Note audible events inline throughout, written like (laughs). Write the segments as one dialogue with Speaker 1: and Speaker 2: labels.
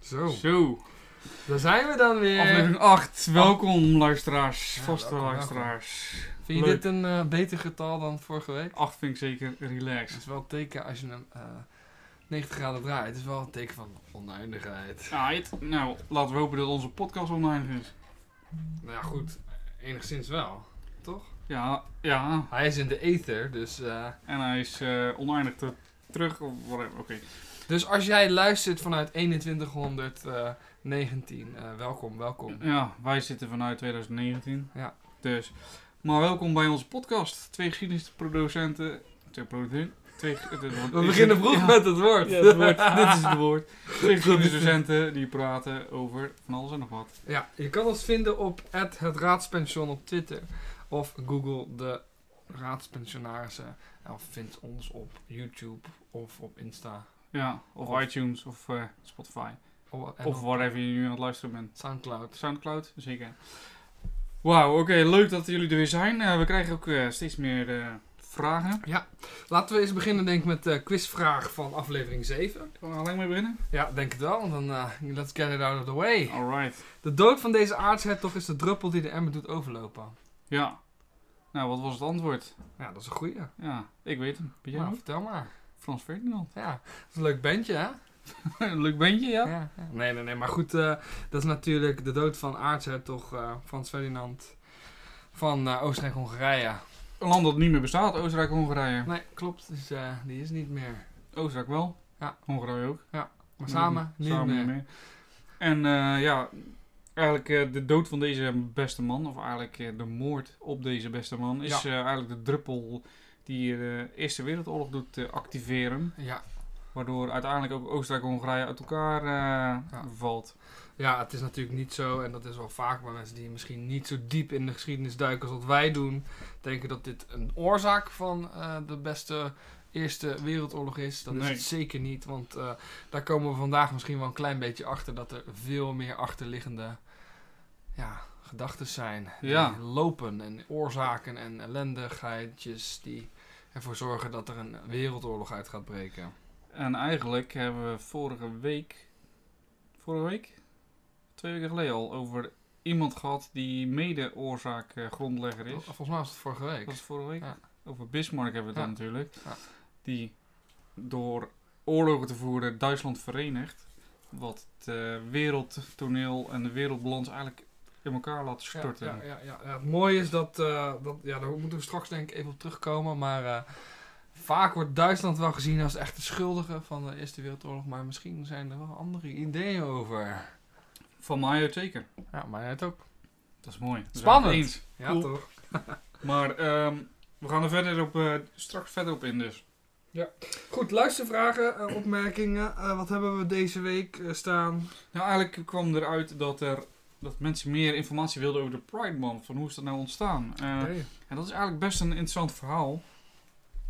Speaker 1: Zo,
Speaker 2: Zo,
Speaker 1: daar zijn we dan weer.
Speaker 2: aflevering 8. Welkom luisteraars,
Speaker 1: Ja,
Speaker 2: vaste
Speaker 1: welkom,
Speaker 2: luisteraars.
Speaker 1: Vind je
Speaker 2: Leuk.
Speaker 1: dit een eh, beter getal dan vorige week?
Speaker 2: 8 vind ik zeker
Speaker 1: Het
Speaker 2: relaxed.
Speaker 1: is wel een teken als je hem eh, 90 graden draait. Het is wel een teken van oneindigheid.
Speaker 2: Right. Nou, laten we hopen dat onze podcast online is.
Speaker 1: Nou ja, goed. Enigszins wel.
Speaker 2: Ja, ja.
Speaker 1: Hij is in de ether, dus... eh,
Speaker 2: En hij is eh oneindig te- terug of whatever. Oké.
Speaker 1: dus als jij luistert vanuit 2119, eh, welkom, welkom.
Speaker 2: Ja, wij zitten vanuit 2019.
Speaker 1: Ja.
Speaker 2: Dus, maar welkom bij onze podcast. Twee geschiedenisproducenten. Twee producenten. Twee,
Speaker 1: We beginnen vroeg met het woord.
Speaker 2: Ja, (laughs)
Speaker 1: (laughs)
Speaker 2: het woord. Dit is het woord. Twee geschiedenisdocenten die praten over van alles en nog wat.
Speaker 1: Ja, je kan ons vinden op het, Raadspension op Twitter. Of Google de Raadspensionarissen. Of vind ons op YouTube of op Insta.
Speaker 2: Ja, of,
Speaker 1: Of-
Speaker 2: iTunes of eh, Spotify.
Speaker 1: Of, en
Speaker 2: of
Speaker 1: op
Speaker 2: whatever je nu aan het luisteren bent.
Speaker 1: Soundcloud.
Speaker 2: Soundcloud, zeker. Wauw, oké, leuk dat jullie er weer zijn. Eh, we krijgen ook eh, steeds meer eh, vragen.
Speaker 1: Laten we eens beginnen denk ik met de quizvraag van aflevering 7.
Speaker 2: Gaan we alleen mee beginnen?
Speaker 1: Ja, denk het wel. want Dan eh, let's get it out of the way.
Speaker 2: Alright.
Speaker 1: De dood van deze aartshertog is de druppel die de emmer doet overlopen.
Speaker 2: Ja. Nou, wat was het antwoord?
Speaker 1: Ja, dat is een goeie.
Speaker 2: Ja, ik weet hem. Weet jij
Speaker 1: Nou,
Speaker 2: hem?
Speaker 1: vertel maar.
Speaker 2: Frans Ferdinand. (laughs)
Speaker 1: Ja, dat is een leuk bandje hè?
Speaker 2: Een leuk bandje, ja?
Speaker 1: Ja, ja. Nee, nee, nee. Maar goed, eh, dat is natuurlijk de dood van aartshertog eh Frans Ferdinand van eh, Oostenrijk-Hongarije.
Speaker 2: Een land dat niet meer bestaat, Oostenrijk-Hongarije.
Speaker 1: Nee, klopt. Dus eh, die is niet meer.
Speaker 2: Oostenrijk wel.
Speaker 1: Ja.
Speaker 2: Hongarije ook.
Speaker 1: Maar samen,
Speaker 2: Mhm.
Speaker 1: niet
Speaker 2: Samen
Speaker 1: meer.
Speaker 2: niet meer. En eh, ja, eigenlijk eh, de dood van deze beste man, of eigenlijk eh, de moord op deze beste man, is
Speaker 1: Ja.
Speaker 2: eh, eigenlijk de druppel die eh, de Eerste Wereldoorlog doet eh, activeren.
Speaker 1: Ja.
Speaker 2: Waardoor uiteindelijk ook Oostenrijk en Hongarije uit elkaar eh,
Speaker 1: Ja.
Speaker 2: valt.
Speaker 1: ja, het is natuurlijk niet zo. En dat is wel vaak bij mensen die misschien niet zo diep in de geschiedenis duiken als wat wij doen. Denken dat dit een oorzaak van eh, de beste Eerste Wereldoorlog is. Dat is
Speaker 2: Nee.
Speaker 1: het zeker niet. Want eh, daar komen we vandaag misschien wel een klein beetje achter. Dat er veel meer achterliggende ja, gedachten zijn.
Speaker 2: Ja.
Speaker 1: Die lopen en oorzaken en ellendigheidjes die ervoor zorgen dat er een wereldoorlog uit gaat breken.
Speaker 2: En eigenlijk hebben we vorige week, vorige week? Twee weken geleden al, over iemand gehad die mede oorzaak eh, grondlegger is.
Speaker 1: Volgens mij was het vorige week.
Speaker 2: Dat was vorige week.
Speaker 1: Ja.
Speaker 2: Over Bismarck hebben we het dan
Speaker 1: Ja.
Speaker 2: natuurlijk.
Speaker 1: Ja.
Speaker 2: Die door oorlogen te voeren Duitsland verenigt. Wat het eh, wereldtoneel en de wereldbalans eigenlijk in elkaar laat storten.
Speaker 1: Ja, ja, ja, ja. Het mooie is dat, eh, dat ja, daar moeten we straks denk ik even op terugkomen, maar eh, vaak wordt Duitsland wel gezien als de echte schuldige van de Eerste Wereldoorlog, maar misschien zijn er wel andere ideeën over.
Speaker 2: Van mij uit zeker.
Speaker 1: Ja, maar het ook.
Speaker 2: Dat is mooi. Dat zijn we
Speaker 1: Spannend.
Speaker 2: het eens.
Speaker 1: Ja,
Speaker 2: Cool.
Speaker 1: toch?
Speaker 2: Maar ehm, we gaan er verder op, eh, straks verder op in dus.
Speaker 1: Goed, luistervragen, eh, opmerkingen. Eh, wat hebben we deze week eh, staan?
Speaker 2: Nou, eigenlijk kwam eruit dat, er, dat mensen meer informatie wilden over de Pride Month. Van hoe is dat nou ontstaan? Eh,
Speaker 1: Hey.
Speaker 2: En dat is eigenlijk best een interessant verhaal.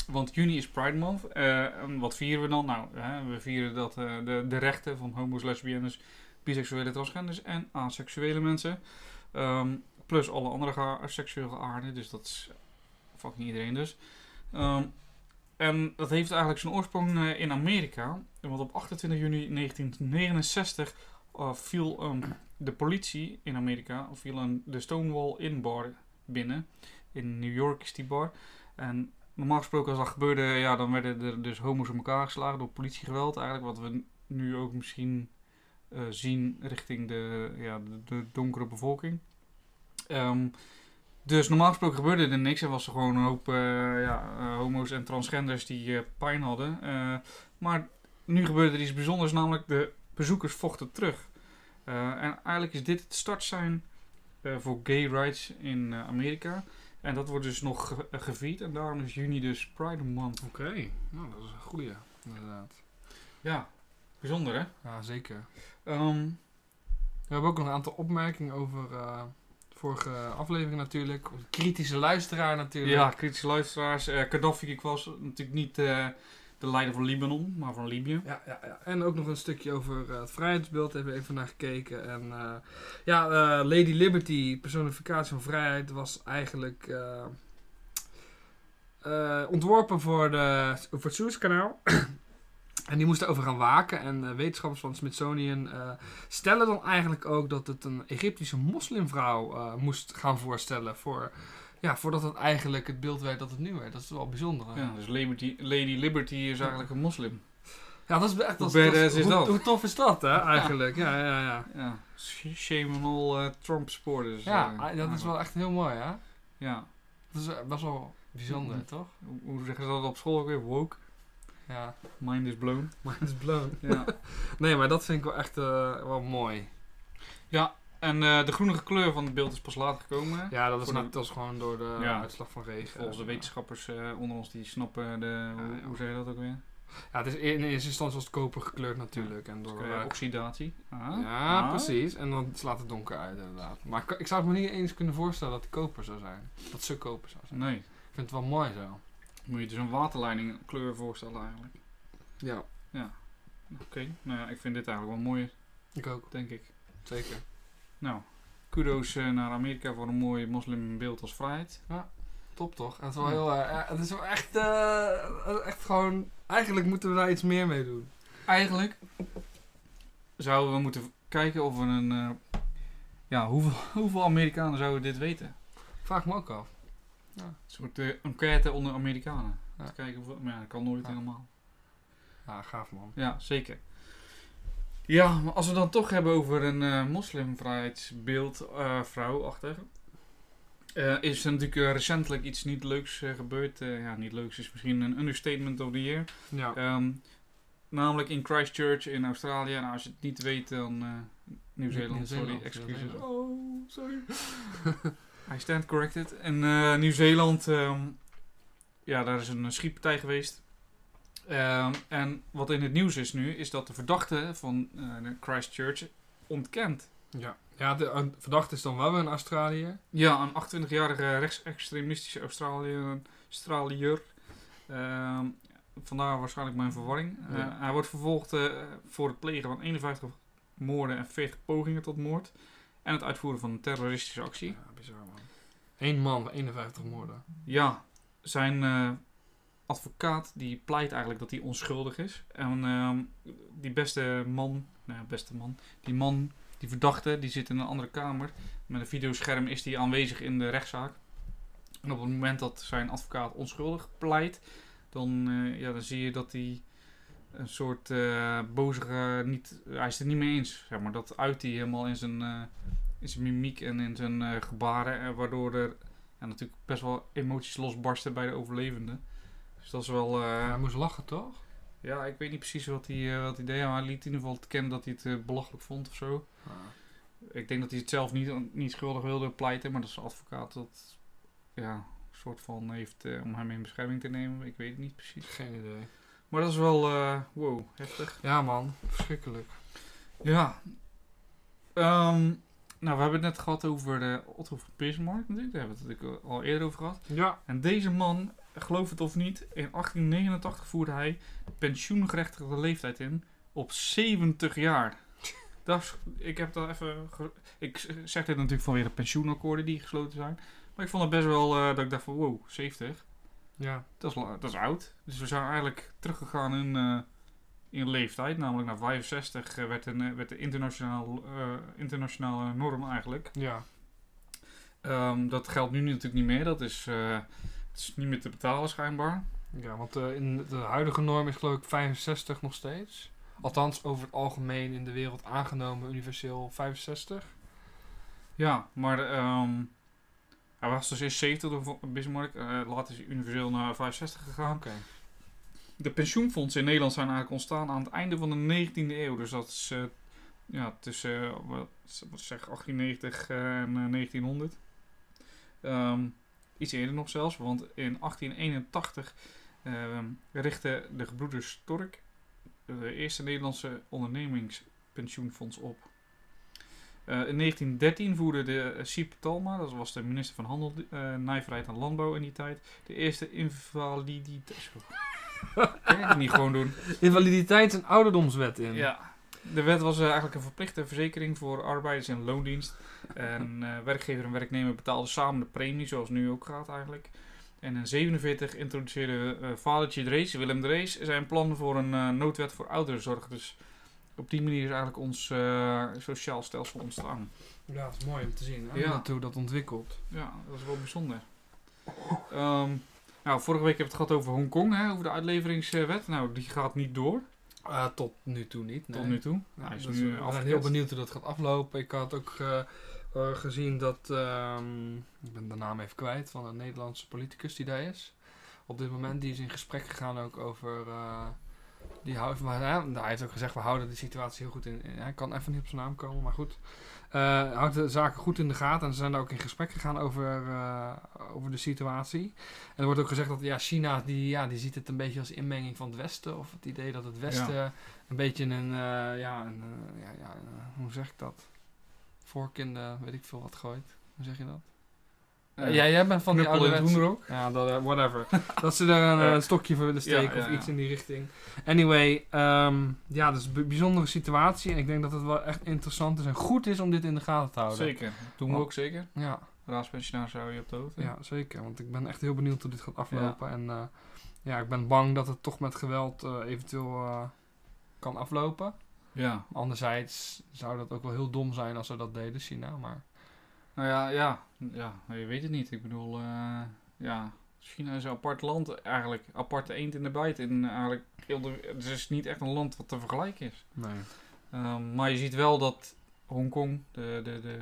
Speaker 2: Want juni is Pride Month. eh, en wat vieren we dan? Nou, hè, we vieren dat, eh, de, de rechten van homo's, lesbiennes, biseksuele, transgenders en asexuele mensen. Ehm, plus alle andere ge- seksueel geaarden. Dus dat is fucking iedereen dus. Ehm, en dat heeft eigenlijk zijn oorsprong eh, in Amerika. Want op 28 juni 1969 eh, viel ehm, de politie in Amerika viel een, de Stonewall Inn bar binnen. In New York is die bar. En normaal gesproken als dat gebeurde, ja, dan werden er dus homo's in elkaar geslagen door politiegeweld. Eigenlijk wat we nu ook misschien eh, zien richting de, ja, de, de donkere bevolking. Ehm, dus normaal gesproken gebeurde er niks. Er was er gewoon een hoop eh, ja, eh, homo's en transgenders die eh, pijn hadden. Eh, maar nu gebeurde er iets bijzonders, namelijk de bezoekers vochten terug. Eh, en eigenlijk is dit het startsein eh, voor gay rights in eh, Amerika. En dat wordt dus nog ge- eh, gevierd. En daarom is juni dus Pride Month.
Speaker 1: Oké, nou dat is een goeie, inderdaad.
Speaker 2: Ja, bijzonder hè?
Speaker 1: Ja, zeker.
Speaker 2: Ehm,
Speaker 1: We hebben ook nog een aantal opmerkingen over eh, de vorige aflevering natuurlijk. Onze kritische luisteraar natuurlijk.
Speaker 2: ja, kritische luisteraars. eh Gaddafi ik was natuurlijk niet eh, de leider van Libanon, maar van Libië.
Speaker 1: Ja, ja, ja. En ook nog een stukje over eh, het vrijheidsbeeld. Hebben we even naar gekeken. En eh, ja, eh, Lady Liberty, personificatie van vrijheid, was eigenlijk eh, eh, ontworpen voor, de, voor het Suezkanaal. (clears throat) En die moesten over gaan waken. En eh, wetenschappers van Smithsonian eh, stellen dan eigenlijk ook dat het een Egyptische moslimvrouw eh, moest gaan voorstellen. Voor, ja, voordat het eigenlijk het beeld werd dat het nu werd. Dat is wel bijzonder. hè?
Speaker 2: Ja, dus Liberty, Lady Liberty is eigenlijk een moslim.
Speaker 1: Ja, dat is echt... Dat,
Speaker 2: Hoe
Speaker 1: dat
Speaker 2: badass is
Speaker 1: hoe,
Speaker 2: dat?
Speaker 1: hoe tof is dat, hè, eigenlijk? Ja, ja, ja. ja.
Speaker 2: Ja, shame on all eh, Trump supporters. eh,
Speaker 1: Ja, ah, dat is
Speaker 2: eigenlijk.
Speaker 1: wel echt heel mooi, hè?
Speaker 2: Ja,
Speaker 1: Dat is eh, best wel bijzonder,
Speaker 2: Mhm.
Speaker 1: toch?
Speaker 2: hoe hoe zeggen ze dat op school ook weer? Woke.
Speaker 1: Ja,
Speaker 2: Mind is blown.
Speaker 1: mind is blown.
Speaker 2: Ja.
Speaker 1: Nee, maar dat vind ik wel echt eh, wel mooi.
Speaker 2: en eh, de groenige kleur van het beeld is pas laat gekomen. hè?
Speaker 1: Ja, dat is,
Speaker 2: Voor de-
Speaker 1: nat- dat is gewoon door de
Speaker 2: Ja.
Speaker 1: uitslag van regen.
Speaker 2: Volgens de wetenschappers eh, onder ons die snappen de... hoe,
Speaker 1: Ah, ja.
Speaker 2: hoe zeg je dat ook weer?
Speaker 1: Ja, het is in in eerste instantie was het koper gekleurd natuurlijk. En door,
Speaker 2: Dus, eh,
Speaker 1: eh,
Speaker 2: oxidatie. Ah,
Speaker 1: ja,
Speaker 2: ah.
Speaker 1: precies. En dan slaat het donker uit inderdaad. Maar ik, ik zou het me niet eens kunnen voorstellen dat het koper zou zijn. Dat ze koper zou zijn.
Speaker 2: Nee,
Speaker 1: Ik vind het wel mooi zo.
Speaker 2: moet je dus een waterleiding kleur voorstellen eigenlijk.
Speaker 1: Ja,
Speaker 2: Oké, nou ja, ik vind dit eigenlijk wel mooier,
Speaker 1: ik ook.
Speaker 2: denk ik.
Speaker 1: Zeker.
Speaker 2: Nou, kudos eh, naar Amerika voor een mooi moslimbeeld als vrijheid.
Speaker 1: Top toch? Het is wel
Speaker 2: Ja.
Speaker 1: heel... eh, ja, het is wel echt... eh, echt gewoon... Eigenlijk moeten we daar iets meer mee doen.
Speaker 2: Eigenlijk zouden we moeten kijken of we een. eh, ja, hoeveel, (laughs) hoeveel Amerikanen zouden dit weten? Een
Speaker 1: Vraag me ook af.
Speaker 2: soort eh, enquête onder Amerikanen.
Speaker 1: Ja.
Speaker 2: Te kijken hoeveel, maar ja, dat kan nooit
Speaker 1: Ja.
Speaker 2: helemaal.
Speaker 1: Ja, gaaf man.
Speaker 2: Ja, zeker. Ja, maar als we dan toch hebben over een eh, moslimvrijheidsbeeld, eh, vrouwachtig. eh, is er natuurlijk eh, recentelijk iets niet leuks eh, gebeurd. Eh, ja, niet leuks is misschien een understatement of the year.
Speaker 1: Ja.
Speaker 2: Ehm, namelijk in Christchurch in Australië. En als je het niet weet, dan eh, Nieuw-Zeeland.
Speaker 1: Nieuw-Zeeland,
Speaker 2: sorry,
Speaker 1: ja,
Speaker 2: excuses.
Speaker 1: Nieuw-Zeeland.
Speaker 2: Oh, sorry. I stand corrected. En eh, Nieuw-Zeeland, ehm, ja, daar is een eh, schietpartij geweest. Ehm, en wat in het nieuws is nu, is dat de verdachte van eh, de Christchurch ontkent.
Speaker 1: Ja, ja de een verdachte is dan wel weer in Australië.
Speaker 2: Ja, een 28-jarige rechtsextremistische Australiër. Australiër. Ehm, vandaar waarschijnlijk mijn verwarring. Eh,
Speaker 1: Ja.
Speaker 2: hij wordt vervolgd eh, voor het plegen van 51 moorden en 40 pogingen tot moord. En het uitvoeren van een terroristische actie.
Speaker 1: Ja, bizar man. Eén man, 51 moorden.
Speaker 2: Ja, zijn eh, advocaat die pleit eigenlijk dat hij onschuldig is. En ehm, die beste man, nou ja, beste man, die man, die verdachte, die zit in een andere kamer. Met een videoscherm is hij aanwezig in de rechtszaak. En op het moment dat zijn advocaat onschuldig pleit, dan, eh, ja, dan zie je dat hij een soort eh bozige, niet, hij is het niet mee eens. Zeg maar. Dat uit hij helemaal in zijn, eh, in zijn mimiek en in zijn eh, gebaren, eh, waardoor er ja, natuurlijk best wel emoties losbarsten bij de overlevenden. Dus dat is wel... eh,
Speaker 1: hij moest lachen toch?
Speaker 2: ja, ik weet niet precies wat hij, eh, wat hij deed, maar hij liet in ieder geval te kennen dat hij het eh, belachelijk vond of zo. Ik denk dat hij het zelf niet, niet schuldig wilde pleiten, maar dat zijn advocaat dat ja, soort van heeft eh, om hem in bescherming te nemen. Ik weet het niet precies.
Speaker 1: Geen idee.
Speaker 2: Maar dat is wel, eh, wow, heftig.
Speaker 1: Ja man, verschrikkelijk.
Speaker 2: Ja. Ehm, nou, we hebben het net gehad over de Otto van Bismarck natuurlijk. Daar hebben we het natuurlijk al eerder over gehad.
Speaker 1: Ja.
Speaker 2: En deze man, geloof het of niet, in 1889 voerde hij de pensioengerechtigde leeftijd in op 70 jaar. Dat is, ik heb dat even. ge- ik z- zeg dit natuurlijk vanwege de pensioenakkoorden die gesloten zijn. Maar ik vond het best wel eh, dat ik dacht van wow, 70.
Speaker 1: Ja.
Speaker 2: Dat is, la- dat is oud. Dus we zijn eigenlijk teruggegaan in, eh, in leeftijd. Namelijk naar 65 eh, werd, een, eh, werd de internationaal, eh, internationale norm eigenlijk.
Speaker 1: Ja.
Speaker 2: Ehm, dat geldt nu natuurlijk niet meer. Dat is, eh, het is niet meer te betalen schijnbaar.
Speaker 1: Ja, want eh, in de huidige norm is geloof ik 65 nog steeds. Althans, over het algemeen in de wereld aangenomen universeel 65.
Speaker 2: Ja, maar ehm, hij was dus eerst 70 door Von- Bismarck. eh, later is hij universeel naar 65 gegaan.
Speaker 1: Oké.
Speaker 2: De pensioenfondsen in Nederland zijn eigenlijk ontstaan aan het einde van de 19e eeuw. Dus dat is eh, ja, tussen eh, wat, wat zeg, 1890 eh, en eh, 1900. Ehm, iets eerder nog zelfs, want in 1881 ehm richtten de gebroeders Stork de eerste Nederlandse ondernemingspensioenfonds op. Eh, in 1913 voerde de eh, Siep Talma, dat was de minister van Handel, eh Nijverheid en Landbouw in die tijd, de eerste invaliditeit. (laughs) Kan je dat niet gewoon doen?
Speaker 1: Invaliditeits- en ouderdomswet in.
Speaker 2: Ja. De wet was eh, eigenlijk een verplichte verzekering voor arbeiders en loondienst. En eh, werkgever en werknemer betaalden samen de premie, zoals nu ook gaat eigenlijk. En in 47 introduceerde eh vadertje Drees, Willem Drees, zijn plan voor een eh, noodwet voor ouderenzorg. Dus op die manier is eigenlijk ons eh, sociaal stelsel ontstaan.
Speaker 1: Ja, dat is mooi om te zien.
Speaker 2: Ja.
Speaker 1: Ja. Hoe dat ontwikkelt.
Speaker 2: Ja, dat is wel bijzonder. Ehm, nou, vorige week hebben we het gehad over Hongkong, hè, over de uitleveringswet. Nou, die gaat niet door,
Speaker 1: Eh, tot nu toe niet. Nee.
Speaker 2: tot nu toe.
Speaker 1: Ja,
Speaker 2: Hij is
Speaker 1: dat
Speaker 2: nu
Speaker 1: we zijn
Speaker 2: afgeketst.
Speaker 1: heel benieuwd hoe dat gaat aflopen. Ik had ook eh, eh, gezien dat, ehm, ik ben de naam even kwijt, van een Nederlandse politicus die daar is. Op dit moment, die is in gesprek gegaan ook over, eh, die houdt, maar ja, hij heeft ook gezegd, we houden de situatie heel goed in, in- hij kan even niet op zijn naam komen, maar goed. Eh houdt de zaken goed in de gaten en ze zijn daar ook in gesprek gegaan over, eh, over de situatie. En er wordt ook gezegd dat ja, China, die, ja, die ziet het een beetje als inmenging van het Westen, of het idee dat het Westen een beetje een, eh, ja, een eh, ja, ja, eh, hoe zeg ik dat? Vork in de, weet ik veel wat gooit. Hoe zeg je dat?
Speaker 2: Eh,
Speaker 1: ja, jij bent van die
Speaker 2: knuppel in het
Speaker 1: ouderwetse...
Speaker 2: hoenderhok.
Speaker 1: Ja, dat, eh, whatever.
Speaker 2: (laughs)
Speaker 1: dat ze er een, eh,
Speaker 2: Ja.
Speaker 1: een stokje voor willen steken
Speaker 2: Ja, ja,
Speaker 1: of iets
Speaker 2: ja.
Speaker 1: in die richting. Anyway, ehm, ja, dat is een bi- bijzondere situatie. En ik denk dat het wel echt interessant is en goed is om dit in de gaten te houden.
Speaker 2: Zeker, doen we
Speaker 1: Want-
Speaker 2: ook zeker.
Speaker 1: Ja,
Speaker 2: Raadspensionaris hou je op de hoogte.
Speaker 1: Oh. ja, zeker. Want ik ben echt heel benieuwd hoe dit gaat aflopen. En eh, ja, ik ben bang dat het toch met geweld eh, eventueel eh, kan aflopen.
Speaker 2: ja.
Speaker 1: Anderzijds zou dat ook wel heel dom zijn als ze dat deden, China. Maar
Speaker 2: Nou ja, ja, ja, je weet het niet. Ik bedoel, eh, ja, China is een apart land eigenlijk. Aparte eend in de bijt. En eigenlijk, heel de- het is niet echt een land wat te vergelijken is.
Speaker 1: nee.
Speaker 2: Ehm, maar je ziet wel dat Hongkong, de, de, de,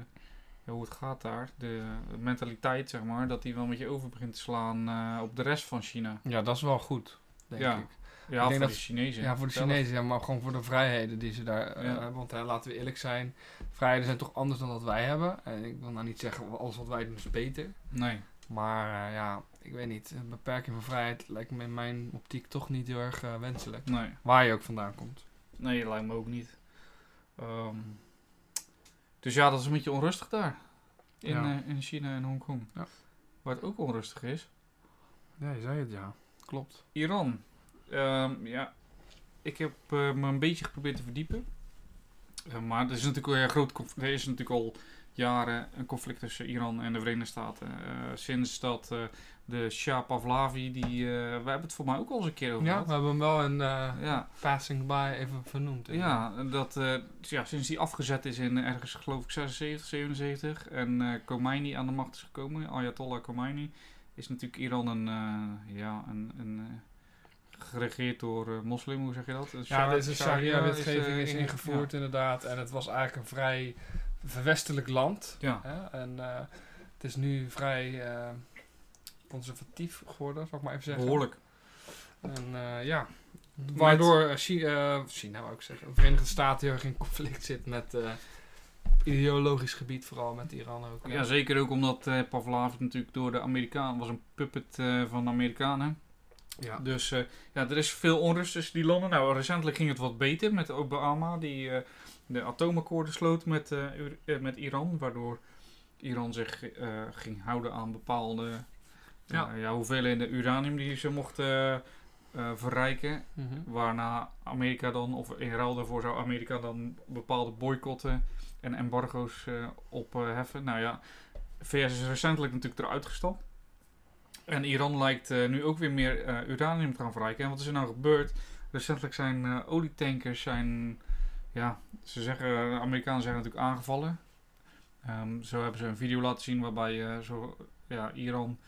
Speaker 2: ja, hoe het gaat daar, de mentaliteit zeg maar, dat die wel met je over begint te slaan eh, op de rest van China.
Speaker 1: Ja, dat is wel goed, denk
Speaker 2: Ja.
Speaker 1: ik.
Speaker 2: Ja,
Speaker 1: denk
Speaker 2: voor
Speaker 1: dat-
Speaker 2: de Chinezen.
Speaker 1: Ja, voor de
Speaker 2: zelf.
Speaker 1: Chinezen, ja, maar gewoon voor de vrijheden die ze daar eh,
Speaker 2: Ja.
Speaker 1: hebben. Want hè, laten we eerlijk zijn, vrijheden zijn toch anders dan dat wij hebben. En ik wil nou niet zeggen, alles wat wij doen is beter.
Speaker 2: Nee,
Speaker 1: Maar eh, ja, ik weet niet. Een beperking van vrijheid lijkt me in mijn optiek toch niet heel erg eh, wenselijk.
Speaker 2: nee.
Speaker 1: Waar je ook vandaan komt.
Speaker 2: Nee, dat lijkt me ook niet. Ehm, dus ja, dat is een beetje onrustig daar. In,
Speaker 1: Ja.
Speaker 2: eh, in China en Hongkong.
Speaker 1: Ja.
Speaker 2: Waar het ook onrustig is.
Speaker 1: Ja, je zei het, ja. Klopt.
Speaker 2: Iran. Ehm, ja, ik heb eh, me een beetje geprobeerd te verdiepen. Eh, maar er is, natuurlijk al een groot conf- er is natuurlijk al jaren een conflict tussen Iran en de Verenigde Staten. Eh, sinds dat eh, de Shah Pahlavi, die, eh, we hebben het voor mij ook al eens een keer over
Speaker 1: Ja,
Speaker 2: gehad.
Speaker 1: we hebben hem wel een eh,
Speaker 2: Ja,
Speaker 1: passing by even vernoemd.
Speaker 2: ja, dat, eh, ja, sinds die afgezet is in ergens, geloof ik, 76, 77 en eh Khomeini aan de macht is gekomen, Ayatollah Khomeini, is natuurlijk Iran een, eh, ja, een, een eh, geregeerd door eh moslim, hoe zeg je dat? Een
Speaker 1: Ja,
Speaker 2: shar-
Speaker 1: deze sharia-wetgeving
Speaker 2: eh,
Speaker 1: is
Speaker 2: inge-
Speaker 1: ingevoerd inderdaad. En het was eigenlijk een vrij verwestelijk land.
Speaker 2: Ja,
Speaker 1: Hè? En eh, het is nu vrij eh, conservatief geworden, zal ik maar even
Speaker 2: ja
Speaker 1: zeggen.
Speaker 2: behoorlijk.
Speaker 1: En eh, ja, waardoor eh, Chi- eh, China, wou ik zeggen, de Verenigde Staten heel erg in conflict zit met eh, ideologisch gebied, vooral met Iran ook. eh.
Speaker 2: Ja, zeker ook omdat eh Pavlov natuurlijk door de Amerikanen was een puppet eh, van de Amerikanen.
Speaker 1: Ja.
Speaker 2: Dus eh, ja, er is veel onrust tussen die landen. Nou, recentelijk ging het wat beter met Obama, die eh, de atoomakkoorden sloot met, eh, Ur- eh, met Iran, waardoor Iran zich eh, ging houden aan bepaalde
Speaker 1: Ja.
Speaker 2: ja. ja, hoeveelheden uranium die ze mochten eh, eh, verrijken.
Speaker 1: Mhm.
Speaker 2: Waarna Amerika dan, of in ruil daarvoor zou Amerika dan bepaalde boycotten en embargo's eh, opheffen. nou ja, VS is recentelijk natuurlijk eruit gestapt. En Iran lijkt eh, nu ook weer meer eh, uranium te gaan verrijken. En wat is er nou gebeurd? Recentelijk zijn eh, olietankers zijn, ja, ze zeggen, eh, de Amerikanen zijn natuurlijk aangevallen. Ehm, zo hebben ze een video laten zien waarbij eh, zo, ja, Iran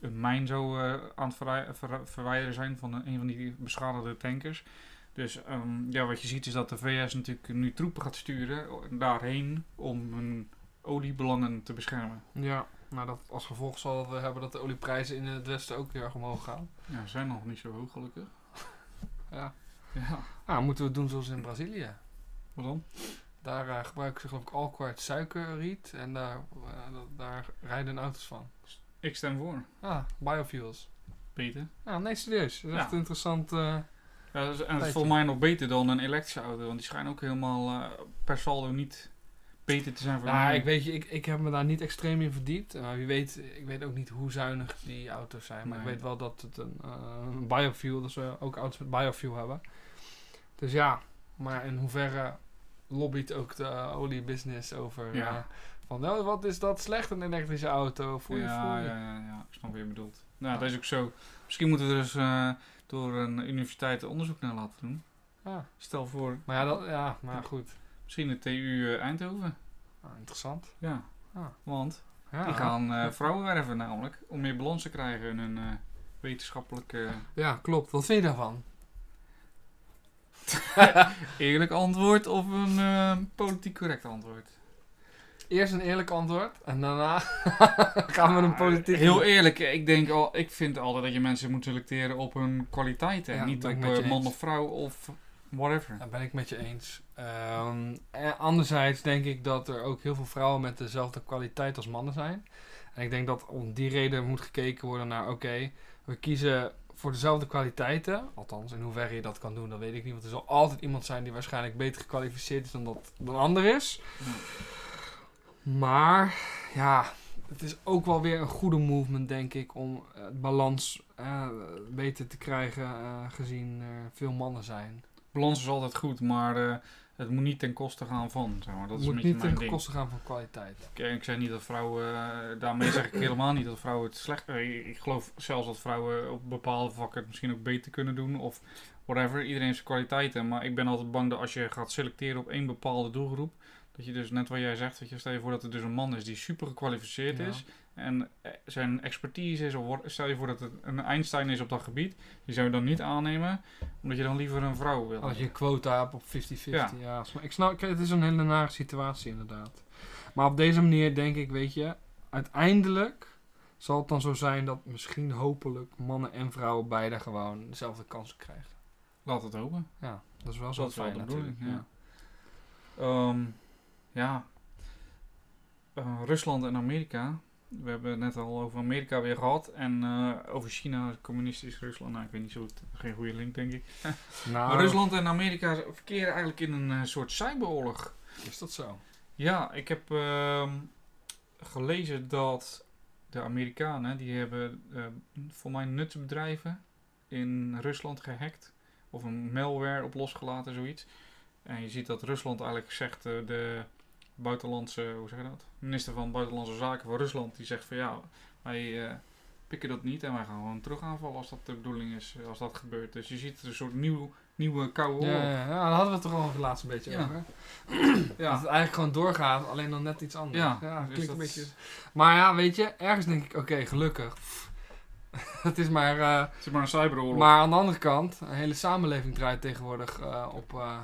Speaker 2: een mijn zou eh, aan het verrij- ver- verwijderen zijn van een van die beschadigde tankers. Dus ehm, ja, wat je ziet is dat de VS natuurlijk nu troepen gaat sturen daarheen om hun oliebelangen te beschermen.
Speaker 1: ja, nou dat, als gevolg zal dat we hebben dat de olieprijzen in het Westen ook weer erg omhoog gaan.
Speaker 2: Ja, ze zijn nog niet zo
Speaker 1: (laughs)
Speaker 2: hoog gelukkig.
Speaker 1: Ja.
Speaker 2: Ja,
Speaker 1: Nou, moeten we het doen zoals in Brazilië.
Speaker 2: wat dan?
Speaker 1: Daar eh, gebruiken ze geloof ik alkwaard suikerriet en daar, eh, dat- daar rijden auto's van.
Speaker 2: Ik stem voor,
Speaker 1: Ah, biofuels.
Speaker 2: Peter.
Speaker 1: Ja, Ah, nee, serieus. Dat is
Speaker 2: Ja.
Speaker 1: echt interessant. eh,
Speaker 2: Ja, dat is, en dat is
Speaker 1: Beetje.
Speaker 2: voor mij nog beter dan een elektrische auto, want die schijnen ook helemaal eh, per saldo niet beter te zijn voor
Speaker 1: nou,
Speaker 2: mij.
Speaker 1: ik weet je, ik, ik heb me daar niet extreem in verdiept. Maar wie weet, ik weet ook niet hoe zuinig die auto's zijn. Maar ik
Speaker 2: Nee.
Speaker 1: weet wel dat het een, eh, een biofuel, dat ze ook auto's met biofuel hebben. Dus ja, maar in hoeverre lobbyt ook de oliebusiness over
Speaker 2: Ja.
Speaker 1: eh, Van, nou, wat is dat slecht, een elektrische auto? Voel je,
Speaker 2: ja,
Speaker 1: voel je.
Speaker 2: ja, ja, ja, ik snap wat je bedoelt. Nou, dat is ook zo. Misschien moeten we er dus eh, door een universiteit onderzoek naar laten doen.
Speaker 1: Ja.
Speaker 2: Stel voor,
Speaker 1: Maar ja, dat, ja, maar goed.
Speaker 2: misschien de TU eh, Eindhoven.
Speaker 1: Nou, interessant.
Speaker 2: Ja.
Speaker 1: Ah.
Speaker 2: Want
Speaker 1: Ja.
Speaker 2: die gaan eh, vrouwen werven namelijk. Om meer balans te krijgen in hun eh, wetenschappelijke...
Speaker 1: ja, klopt. Wat vind je daarvan?
Speaker 2: Eerlijk antwoord of een eh, politiek correct antwoord?
Speaker 1: Eerst een eerlijk antwoord en daarna (laughs) gaan we een politiek...
Speaker 2: Heel eerlijk, ik, denk al, ik vind altijd dat je mensen moet selecteren op hun kwaliteiten.
Speaker 1: Ja,
Speaker 2: en niet
Speaker 1: ben
Speaker 2: op
Speaker 1: ik met je
Speaker 2: eh, man
Speaker 1: eens.
Speaker 2: of vrouw of whatever.
Speaker 1: Daar ben ik met je eens. Ehm, en anderzijds denk ik dat er ook heel veel vrouwen met dezelfde kwaliteit als mannen zijn. En ik denk dat om die reden moet gekeken worden naar, oké, we kiezen voor dezelfde kwaliteiten. Althans, in hoeverre je dat kan doen, dat weet ik niet. Want er zal altijd iemand zijn die waarschijnlijk beter gekwalificeerd is dan dat dan ander is. Maar, ja, het is ook wel weer een goede movement, denk ik, om eh, het balans eh, beter te krijgen, eh, gezien er veel mannen zijn.
Speaker 2: Balans is altijd goed, maar eh, het moet niet ten koste gaan van. Zeg maar. Dat is
Speaker 1: moet
Speaker 2: een beetje
Speaker 1: niet
Speaker 2: mijn
Speaker 1: ten
Speaker 2: ding.
Speaker 1: koste gaan van kwaliteit.
Speaker 2: Ik, ik zeg niet dat vrouwen. eh, daarmee zeg
Speaker 1: (coughs)
Speaker 2: ik helemaal niet dat vrouwen het slecht. eh, ik- ik geloof zelfs dat vrouwen op bepaalde vakken het misschien ook beter kunnen doen. Of whatever. Iedereen heeft zijn kwaliteiten. Maar ik ben altijd bang dat als je gaat selecteren op één bepaalde doelgroep. Dat je dus net wat jij zegt. Dat je stel je voor dat er dus een man is die super gekwalificeerd
Speaker 1: Ja.
Speaker 2: is. En eh, zijn expertise is. Of wat- stel je voor dat het een Einstein is op dat gebied. Die zou je dan niet aannemen. Omdat je dan liever een vrouw wil.
Speaker 1: Als je een quota hebt op 50-50. Ja.
Speaker 2: Ja.
Speaker 1: sma- ik snap, kijk, het is een hele nare situatie inderdaad. Maar op deze manier denk ik, weet je, uiteindelijk zal het dan zo zijn dat misschien hopelijk mannen en vrouwen beide gewoon dezelfde kansen krijgen.
Speaker 2: Laat het hopen.
Speaker 1: Ja, dat is wel zo
Speaker 2: Dat is wel
Speaker 1: fijn
Speaker 2: de bedoeling,
Speaker 1: natuurlijk. Ja.
Speaker 2: Ehm, ja. Eh, Rusland en Amerika. We hebben het net al over Amerika weer gehad. En eh, over China, communistisch Rusland. Nou, ik weet niet zo goed. Geen goede link, denk ik.
Speaker 1: Nou,
Speaker 2: Maar Rusland en Amerika verkeren eigenlijk in een eh, soort cyberoorlog.
Speaker 1: is dat zo?
Speaker 2: Ja, ik heb ehm, gelezen dat de Amerikanen, die hebben eh, voor mij nutsbedrijven in Rusland gehackt. Of een malware op losgelaten, zoiets. En je ziet dat Rusland eigenlijk zegt, eh, de buitenlandse, hoe zeg je dat? Minister van Buitenlandse Zaken van Rusland, die zegt van ja, wij eh, pikken dat niet en wij gaan gewoon terug aanvallen als dat de bedoeling is, als dat gebeurt. Dus je ziet een soort nieuw, nieuwe koude
Speaker 1: Ja,
Speaker 2: oorlog.
Speaker 1: ja, ja, daar hadden we het toch al laatst een beetje
Speaker 2: Oh. Ja.
Speaker 1: over. Dat
Speaker 2: Ja.
Speaker 1: het eigenlijk gewoon doorgaat, alleen dan net iets anders.
Speaker 2: Ja,
Speaker 1: ja
Speaker 2: dus
Speaker 1: klinkt
Speaker 2: dat-
Speaker 1: een beetje... Maar ja, weet je, ergens denk ik, oké, gelukkig. (laughs) het is maar... eh,
Speaker 2: Het is maar een cyberoorlog.
Speaker 1: Maar aan de andere kant, een hele samenleving draait tegenwoordig eh, op. eh,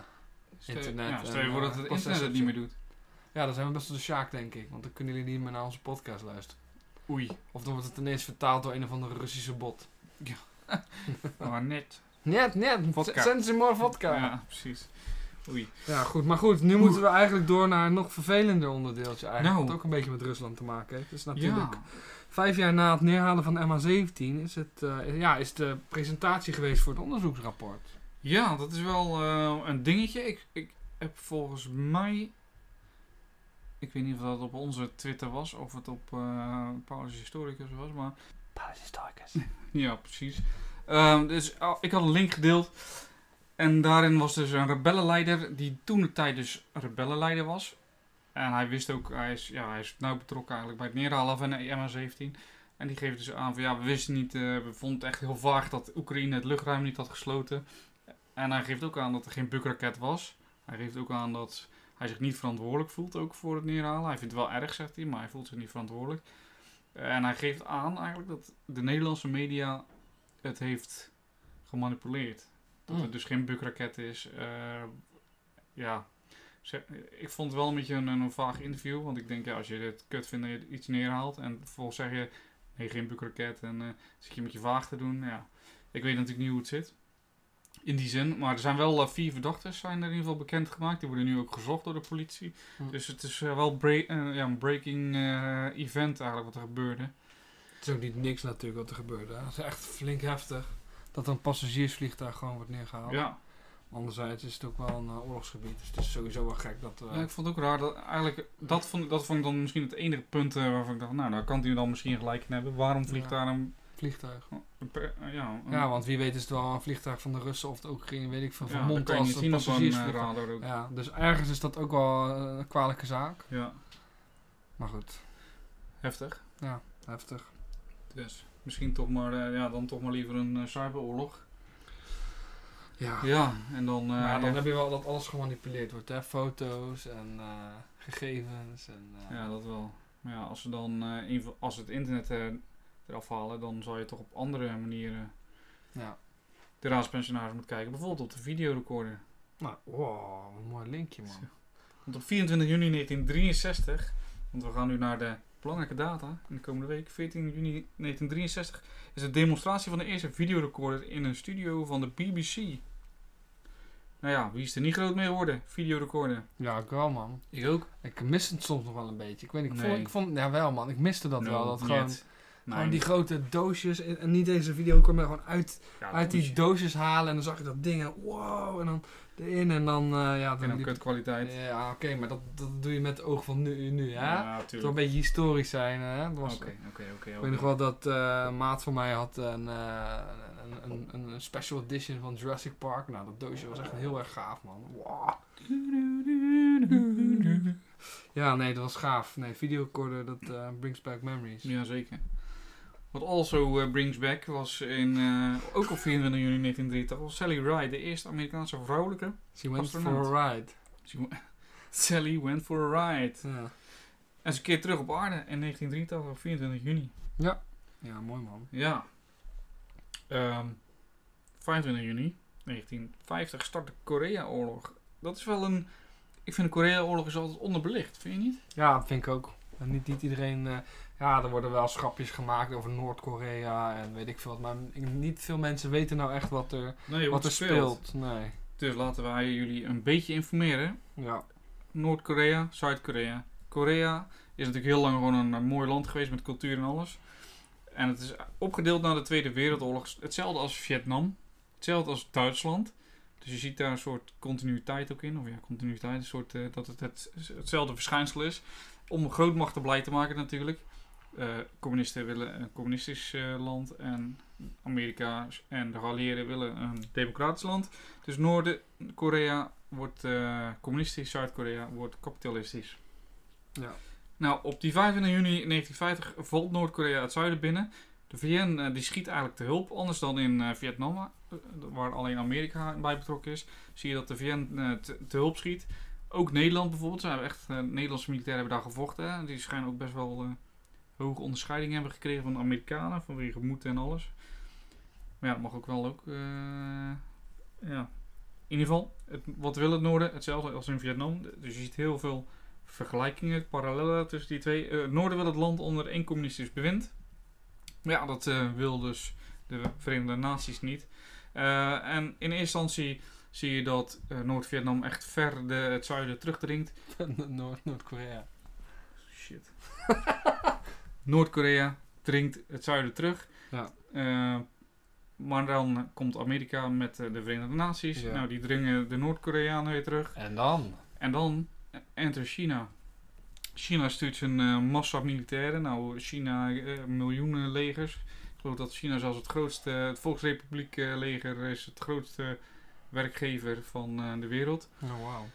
Speaker 2: Stel-
Speaker 1: internet
Speaker 2: Ja, stel
Speaker 1: en,
Speaker 2: je voor
Speaker 1: eh,
Speaker 2: dat het internet
Speaker 1: processors.
Speaker 2: het niet meer doet.
Speaker 1: ja, dan zijn we best wel de Sjaak, denk ik. Want dan kunnen jullie niet meer naar onze podcast luisteren.
Speaker 2: Oei.
Speaker 1: Of dan wordt het ineens vertaald door een of andere Russische bot.
Speaker 2: Maar net.
Speaker 1: Net, net.
Speaker 2: Vodka.
Speaker 1: Send ze more (laughs) vodka. Ja.
Speaker 2: Ja, precies. Oei.
Speaker 1: goed. Maar goed, nu moeten we eigenlijk door naar een nog vervelender onderdeeltje eigenlijk.
Speaker 2: Nou.
Speaker 1: Wat ook een beetje met Rusland te maken heeft. Dus natuurlijk...
Speaker 2: Natuurlijk.
Speaker 1: Vijf jaar na het neerhalen van MH17 is, het, eh, ja, is de presentatie geweest voor het onderzoeksrapport.
Speaker 2: Ja, dat is wel eh, een dingetje. Ik, ik heb volgens mij. Ik weet niet of dat op onze Twitter was of het op eh Paulus Historicus was, maar.
Speaker 1: Paulus Historicus.
Speaker 2: Ja, precies. Ehm, dus ah, ik had een link gedeeld. En daarin was dus een rebellenleider die toen de tijd dus rebellenleider was. En hij wist ook, hij is, ja, hij is nauw betrokken eigenlijk bij het neerhalen van de MH17. En die geeft dus aan van ja, we wisten niet, eh, we vonden het echt heel vaag dat Oekraïne het luchtruim niet had gesloten. En hij geeft ook aan dat er geen bukraket was. Hij geeft ook aan dat hij zich niet verantwoordelijk voelt ook voor het neerhalen. Hij vindt het wel erg, zegt hij, maar hij voelt zich niet verantwoordelijk. En hij geeft aan eigenlijk dat de Nederlandse media het heeft gemanipuleerd. Dat
Speaker 1: Mm.
Speaker 2: er dus geen bukraket is. eh, ja, Ze- ik vond het wel een beetje een, een vaag interview. Want ik denk, ja, als je het kut vindt dat je iets neerhaalt en vervolgens zeg je, nee, geen bukraket. En eh zit je met je vaag te doen. Ja, ik weet natuurlijk niet hoe het zit. In die zin, maar er zijn wel eh, vier verdachten zijn er in ieder geval bekendgemaakt. Die worden nu ook gezocht door de politie.
Speaker 1: Hm.
Speaker 2: Dus het is eh, wel bre- eh, ja, een breaking eh, event eigenlijk wat er gebeurde.
Speaker 1: Het is ook niet niks natuurlijk wat er gebeurde. hè. Het is echt flink heftig dat een passagiersvliegtuig gewoon wordt neergehaald.
Speaker 2: Ja.
Speaker 1: Anderzijds is het ook wel een eh, oorlogsgebied, dus het is sowieso wel gek dat eh, we...
Speaker 2: ja, ik vond het ook raar. Dat, eigenlijk, dat, vond, ik- dat vond ik dan misschien het enige punt eh, waarvan ik dacht, nou, daar kan hij dan misschien gelijk in hebben. Waarom
Speaker 1: Ja.
Speaker 2: vliegt daar een...
Speaker 1: Vliegtuig.
Speaker 2: een per- eh, ja, een-
Speaker 1: Ja, want wie weet is het wel een vliegtuig van de Russen of de Oekraïne, weet ik veel,
Speaker 2: ja,
Speaker 1: van
Speaker 2: dat
Speaker 1: Mond
Speaker 2: kan je niet
Speaker 1: als een
Speaker 2: zien op een eh,
Speaker 1: passagiersvliegtuig.
Speaker 2: radar ook. Ja.
Speaker 1: Ja, dus ergens is dat ook wel eh, een kwalijke zaak. Maar goed,
Speaker 2: Heftig.
Speaker 1: heftig.
Speaker 2: Dus misschien toch maar, eh, ja, dan toch maar liever een eh, cyberoorlog.
Speaker 1: Ja.
Speaker 2: Ja, en dan... eh,
Speaker 1: maar dan
Speaker 2: ja,
Speaker 1: heb je wel dat alles gemanipuleerd wordt, hè? Foto's en eh, gegevens en... eh,
Speaker 2: Ja, dat wel. Maar ja, als ze dan eh, in- als ze het internet eh, eraf halen, dan zal je toch op andere manieren
Speaker 1: ja.
Speaker 2: de raadspensionaris moeten kijken. Bijvoorbeeld op de videorecorder.
Speaker 1: Nou, wow, wat een mooi linkje, man.
Speaker 2: Want op 24 juni 1963, want we gaan nu naar de belangrijke data in de komende week. 14 juni 1963 is de demonstratie van de eerste videorecorder in een studio van de BBC. Nou ja, wie is er niet groot mee geworden? Videorecorder.
Speaker 1: Ja, ik wel, man.
Speaker 2: Ik ook.
Speaker 1: Ik mis het soms nog wel een beetje. Ik weet niet, ik,
Speaker 2: Nee.
Speaker 1: vond, ik vond... Ja, wel, man. Ik miste dat wel. Dat gewoon,
Speaker 2: Nou,
Speaker 1: gewoon die grote doosjes en, en niet deze video, maar gewoon uit uit die doosjes halen en dan zag ik dat ding en wow, en dan erin en dan, eh, ja,
Speaker 2: En
Speaker 1: dan
Speaker 2: dan
Speaker 1: liep-
Speaker 2: kutkwaliteit.
Speaker 1: Ja, oké, maar dat, dat doe je met het oog van nu, nu hè? Het wil een
Speaker 2: natuurlijk.
Speaker 1: beetje historisch zijn, hè? Dat was, eh.
Speaker 2: Oké, oké, oké.
Speaker 1: Ik
Speaker 2: oké.
Speaker 1: weet nog wel dat eh, een maat van mij had een, eh, een, een, een, een special edition van Jurassic Park. Nou, dat doosje was echt heel erg gaaf, man. Wow. Ja, nee, dat was gaaf. Nee, videorecorder, dat eh, brings back memories.
Speaker 2: Jazeker. Wat also eh, brings back was in, eh, ook op 24 juni 1983 was Sally Ride, de eerste Amerikaanse vrouwelijke.
Speaker 1: She went
Speaker 2: Astronaut.
Speaker 1: for a ride.
Speaker 2: She wa- Sally went for a ride.
Speaker 1: Ja,
Speaker 2: En ze keert terug op aarde in 1983 op 24 juni.
Speaker 1: ja mooi, man.
Speaker 2: Ja. Ehm, 25 juni 1950 start de Korea-oorlog. Dat is wel een... Ik vind de Korea-oorlog is altijd onderbelicht, vind je niet?
Speaker 1: Ja, vind ik ook. En niet, niet iedereen. eh, ja, er worden wel schapjes gemaakt over Noord-Korea en weet ik veel wat. Maar ik- niet veel mensen weten nou echt wat er,
Speaker 2: Nee,
Speaker 1: wat er speelt. Nee.
Speaker 2: Dus laten wij jullie een beetje informeren.
Speaker 1: Ja. (laughs)
Speaker 2: Noord-Korea, Zuid-Korea. Korea is natuurlijk heel lang gewoon een, eh, mooi land geweest met cultuur en alles. En het is opgedeeld na de Tweede Wereldoorlog. Hetzelfde als Vietnam. Hetzelfde als Duitsland. Dus je ziet daar een soort continuïteit ook in. Of ja, continuïteit. Een soort eh, dat het, het hetzelfde verschijnsel is. Om een grootmachten blij te maken natuurlijk. Eh, communisten willen een communistisch eh, land. En Amerika en de geallieerden willen een democratisch land. Dus Noord-Korea wordt eh, communistisch. Zuid-Korea wordt kapitalistisch.
Speaker 1: ja.
Speaker 2: Nou, op die 25 juni 1950 valt Noord-Korea het zuiden binnen. De VN eh, die schiet eigenlijk te hulp, anders dan in eh, Vietnam, eh, waar alleen Amerika bij betrokken is. Zie je dat de VN eh, te, te hulp schiet. Ook Nederland bijvoorbeeld, ze hebben echt, eh, Nederlandse militairen hebben daar gevochten. Hè. Die schijnen ook best wel eh, hoge onderscheidingen hebben gekregen van de Amerikanen, vanwege moed en alles. Maar ja, dat mag ook wel ook. eh, ja. In ieder geval, het, wat wil het noorden? Hetzelfde als in Vietnam. Dus je ziet heel veel vergelijkingen, parallellen tussen die twee. Eh, het Noorden wil het land onder één communistisch bewind. Maar ja, dat eh, wil dus de Verenigde Naties niet. Eh, en in eerste instantie zie je dat eh, Noord-Vietnam echt ver de, het zuiden terugdringt.
Speaker 1: Noord- Noord-Korea.
Speaker 2: Shit. (laughs) Noord-Korea dringt het zuiden terug.
Speaker 1: Ja.
Speaker 2: Eh, maar dan komt Amerika met eh, de Verenigde Naties.
Speaker 1: Ja.
Speaker 2: Nou, die dringen de Noord-Koreanen weer terug.
Speaker 1: En dan?
Speaker 2: En dan eh, enter China. China stuurt zijn eh, massa militairen. Nou, China eh, miljoenen legers. Ik geloof dat China zelfs het grootste, het Volksrepubliek eh, leger is het grootste werkgever van eh, de wereld.
Speaker 1: Oh, wauw.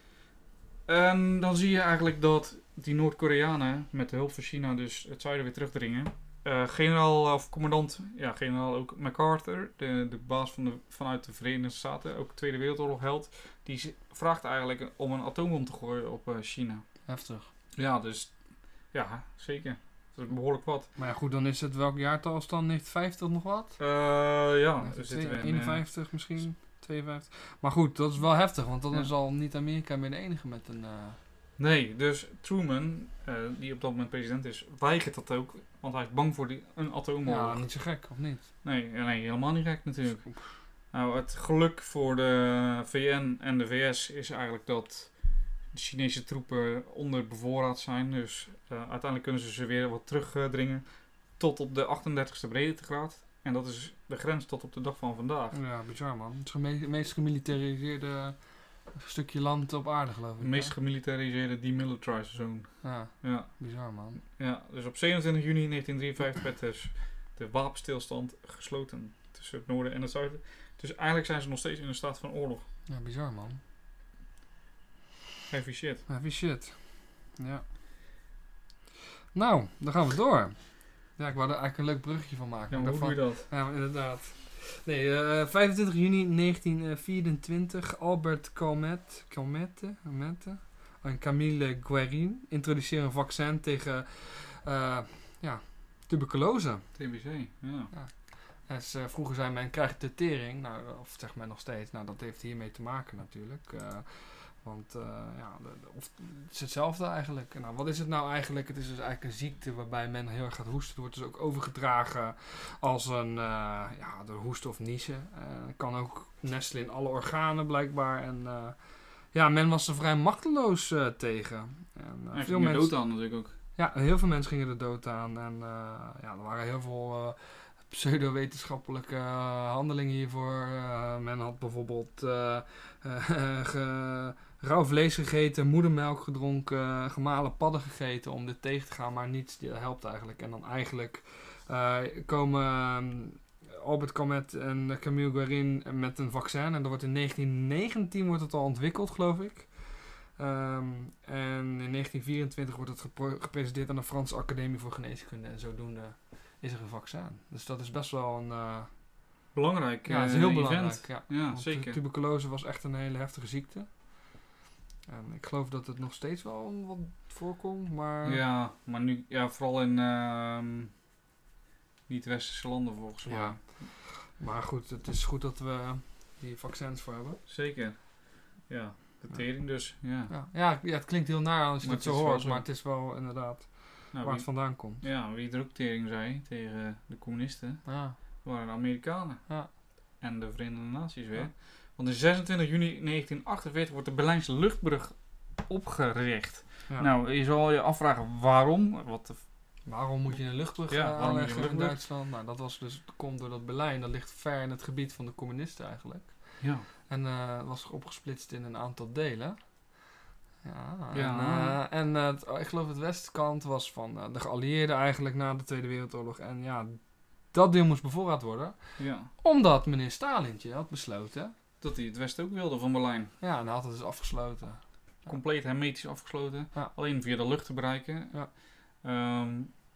Speaker 2: En dan zie je eigenlijk dat die Noord-Koreanen met de hulp van China dus het zuiden weer terugdringen. Eh, generaal of commandant, ja, generaal ook MacArthur, de, de baas van de, vanuit de Verenigde Staten, ook Tweede Wereldoorlog held, die z- vraagt eigenlijk om een atoombom te gooien op eh, China.
Speaker 1: Heftig.
Speaker 2: Ja, dus ja, zeker. Dat is behoorlijk wat.
Speaker 1: Maar ja, goed, dan is het welk jaartal is het dan? 1950 nog wat?
Speaker 2: Eh,
Speaker 1: Nou,
Speaker 2: ja, dus zitten we in, eh,
Speaker 1: 1951 misschien? 52. Maar goed, dat is wel heftig, want dan
Speaker 2: Ja.
Speaker 1: is al niet Amerika meer de enige met een. eh,
Speaker 2: Nee, dus Truman, eh, die op dat moment president is, weigert dat ook. Want hij is bang voor die, een atoomoorlog.
Speaker 1: ja, niet zo gek, of niet?
Speaker 2: Nee, nee, helemaal niet gek natuurlijk. Nou, het geluk voor de VN en de VS is eigenlijk dat de Chinese troepen onder bevoorraad zijn. Dus eh, uiteindelijk kunnen ze ze weer wat terugdringen tot op de 38ste breedtegraad. En dat is de grens tot op de dag van vandaag.
Speaker 1: Ja, bizar man. Het is het me- meest gemilitariseerde stukje land op aarde, geloof ik.
Speaker 2: De meest
Speaker 1: hè?
Speaker 2: gemilitariseerde demilitarized zone.
Speaker 1: Ja,
Speaker 2: Ja,
Speaker 1: bizar man.
Speaker 2: ja, dus op 27 juni 1953 werd dus de wapenstilstand gesloten tussen het noorden en het zuiden. Dus eigenlijk zijn ze nog steeds in een staat van oorlog.
Speaker 1: Ja, bizar man.
Speaker 2: Heavy shit.
Speaker 1: Heavy shit. Ja. Nou, dan gaan we door. Ja, ik wou er eigenlijk een leuk bruggetje van maken.
Speaker 2: Ja,
Speaker 1: maar
Speaker 2: maar hoe doe
Speaker 1: daarvan-
Speaker 2: je dat?
Speaker 1: Ja, maar inderdaad. Nee, eh, 25 juni 1924, Albert Calmet, Calmette, Calmette en Camille Guérin introduceren een vaccin tegen eh, ja, tuberculose.
Speaker 2: TBC, ja.
Speaker 1: Dus, eh, vroeger zei men, krijgt de tering. Nou, of zegt men nog steeds. Nou, dat heeft hiermee te maken natuurlijk. Eh, want eh, ja, de- de- of, het is hetzelfde eigenlijk. Nou, wat is het nou eigenlijk? Het is dus eigenlijk een ziekte waarbij men heel erg gaat hoesten. Het wordt dus ook overgedragen als een eh, ja, door hoesten of niezen. Eh, kan ook nestelen in alle organen blijkbaar. En eh, ja, men was er vrij machteloos eh, tegen. En, eh,
Speaker 2: En ging je dood aan natuurlijk ook.
Speaker 1: ja, heel veel mensen gingen er dood aan. En eh, ja, er waren heel veel eh, pseudo-wetenschappelijke eh, handelingen hiervoor. Eh, men had bijvoorbeeld eh, (laughs) eh, ge- rauw vlees gegeten, moedermelk gedronken, gemalen padden gegeten om dit tegen te gaan. Maar niets die helpt eigenlijk. En dan eigenlijk eh, komen... eh, Albert Camus en Camille Guérin met een vaccin. En dat wordt in 1919 wordt het al ontwikkeld, geloof ik. Ehm, en in 1924 wordt het gepro- gepresenteerd aan de Franse Academie voor Geneeskunde. En zodoende is er een vaccin. Dus dat is best wel een, eh,
Speaker 2: Belangrijk.
Speaker 1: ja, het is
Speaker 2: eh,
Speaker 1: heel
Speaker 2: event.
Speaker 1: belangrijk. Ja,
Speaker 2: Ja,
Speaker 1: Want tu-
Speaker 2: zeker.
Speaker 1: tuberculose was echt een hele heftige ziekte. En ik geloof dat het nog steeds wel wat voorkomt, maar...
Speaker 2: Ja, maar nu, ja, vooral in ehm, niet-westerse landen volgens mij.
Speaker 1: Ja. Maar goed, het is goed dat we die vaccins voor hebben.
Speaker 2: Zeker. Ja, de tering dus. Ja.
Speaker 1: Ja, ja, ja, het klinkt heel naar als je
Speaker 2: Maar
Speaker 1: het
Speaker 2: het
Speaker 1: zo
Speaker 2: is wel
Speaker 1: hoort,
Speaker 2: zo.
Speaker 1: maar het is wel inderdaad
Speaker 2: Nou,
Speaker 1: waar het
Speaker 2: wie,
Speaker 1: vandaan komt.
Speaker 2: ja, wie er ook tering zei tegen de communisten,
Speaker 1: Ja,
Speaker 2: waren de Amerikanen.
Speaker 1: Ja.
Speaker 2: En de Verenigde Naties weer.
Speaker 1: Ja.
Speaker 2: Want in 26 juni 1948 wordt de Berlijnse luchtbrug opgericht.
Speaker 1: ja.
Speaker 2: Nou, je zal je afvragen waarom. Wat de
Speaker 1: Waarom moet je een luchtbrug
Speaker 2: Ja,
Speaker 1: eh,
Speaker 2: waarom moet je een
Speaker 1: aanleggen in
Speaker 2: luchtbrug?
Speaker 1: Duitsland? Nou, dat was dus, komt doordat Berlijn, dat ligt ver in het gebied van de communisten eigenlijk.
Speaker 2: ja.
Speaker 1: En eh, was opgesplitst in een aantal delen. Ja, en,
Speaker 2: Ja.
Speaker 1: eh, en eh, het- ik geloof het westkant was van eh, de geallieerden eigenlijk na de Tweede Wereldoorlog. En ja, dat deel moest bevoorraad worden.
Speaker 2: ja.
Speaker 1: Omdat meneer Stalintje had besloten.
Speaker 2: Dat hij het Westen ook wilde van Berlijn.
Speaker 1: Ja, en hij had het dus afgesloten.
Speaker 2: compleet hermetisch afgesloten.
Speaker 1: Ja.
Speaker 2: Alleen via de lucht te bereiken.
Speaker 1: Ja.
Speaker 2: Ehm,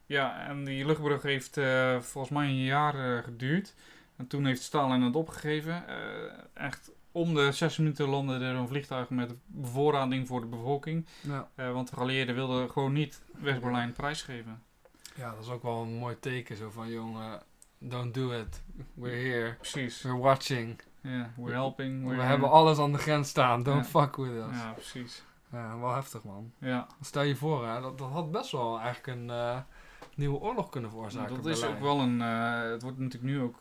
Speaker 2: ja, en die luchtbrug heeft eh, volgens mij een jaar eh, geduurd. En toen heeft Stalin het opgegeven. Eh, echt om de zes minuten landde er een vliegtuig met bevoorrading voor de bevolking.
Speaker 1: Ja.
Speaker 2: Eh, want de geallieerden wilden gewoon niet West-Berlijn prijsgeven.
Speaker 1: ja, dat is ook wel een mooi teken. Zo van, jongen, don't do it. We're here.
Speaker 2: Precies.
Speaker 1: We're watching.
Speaker 2: Ja, we're helping.
Speaker 1: We
Speaker 2: we're-
Speaker 1: hebben alles aan de grens staan. Don't
Speaker 2: Ja.
Speaker 1: fuck with us. Ja.
Speaker 2: Ja, precies.
Speaker 1: wel heftig, man.
Speaker 2: Ja,
Speaker 1: Stel je voor, hè, dat, dat had best wel eigenlijk een eh, nieuwe oorlog kunnen veroorzaken.
Speaker 2: dat is
Speaker 1: Berlijn.
Speaker 2: ook wel een... eh, het wordt natuurlijk nu ook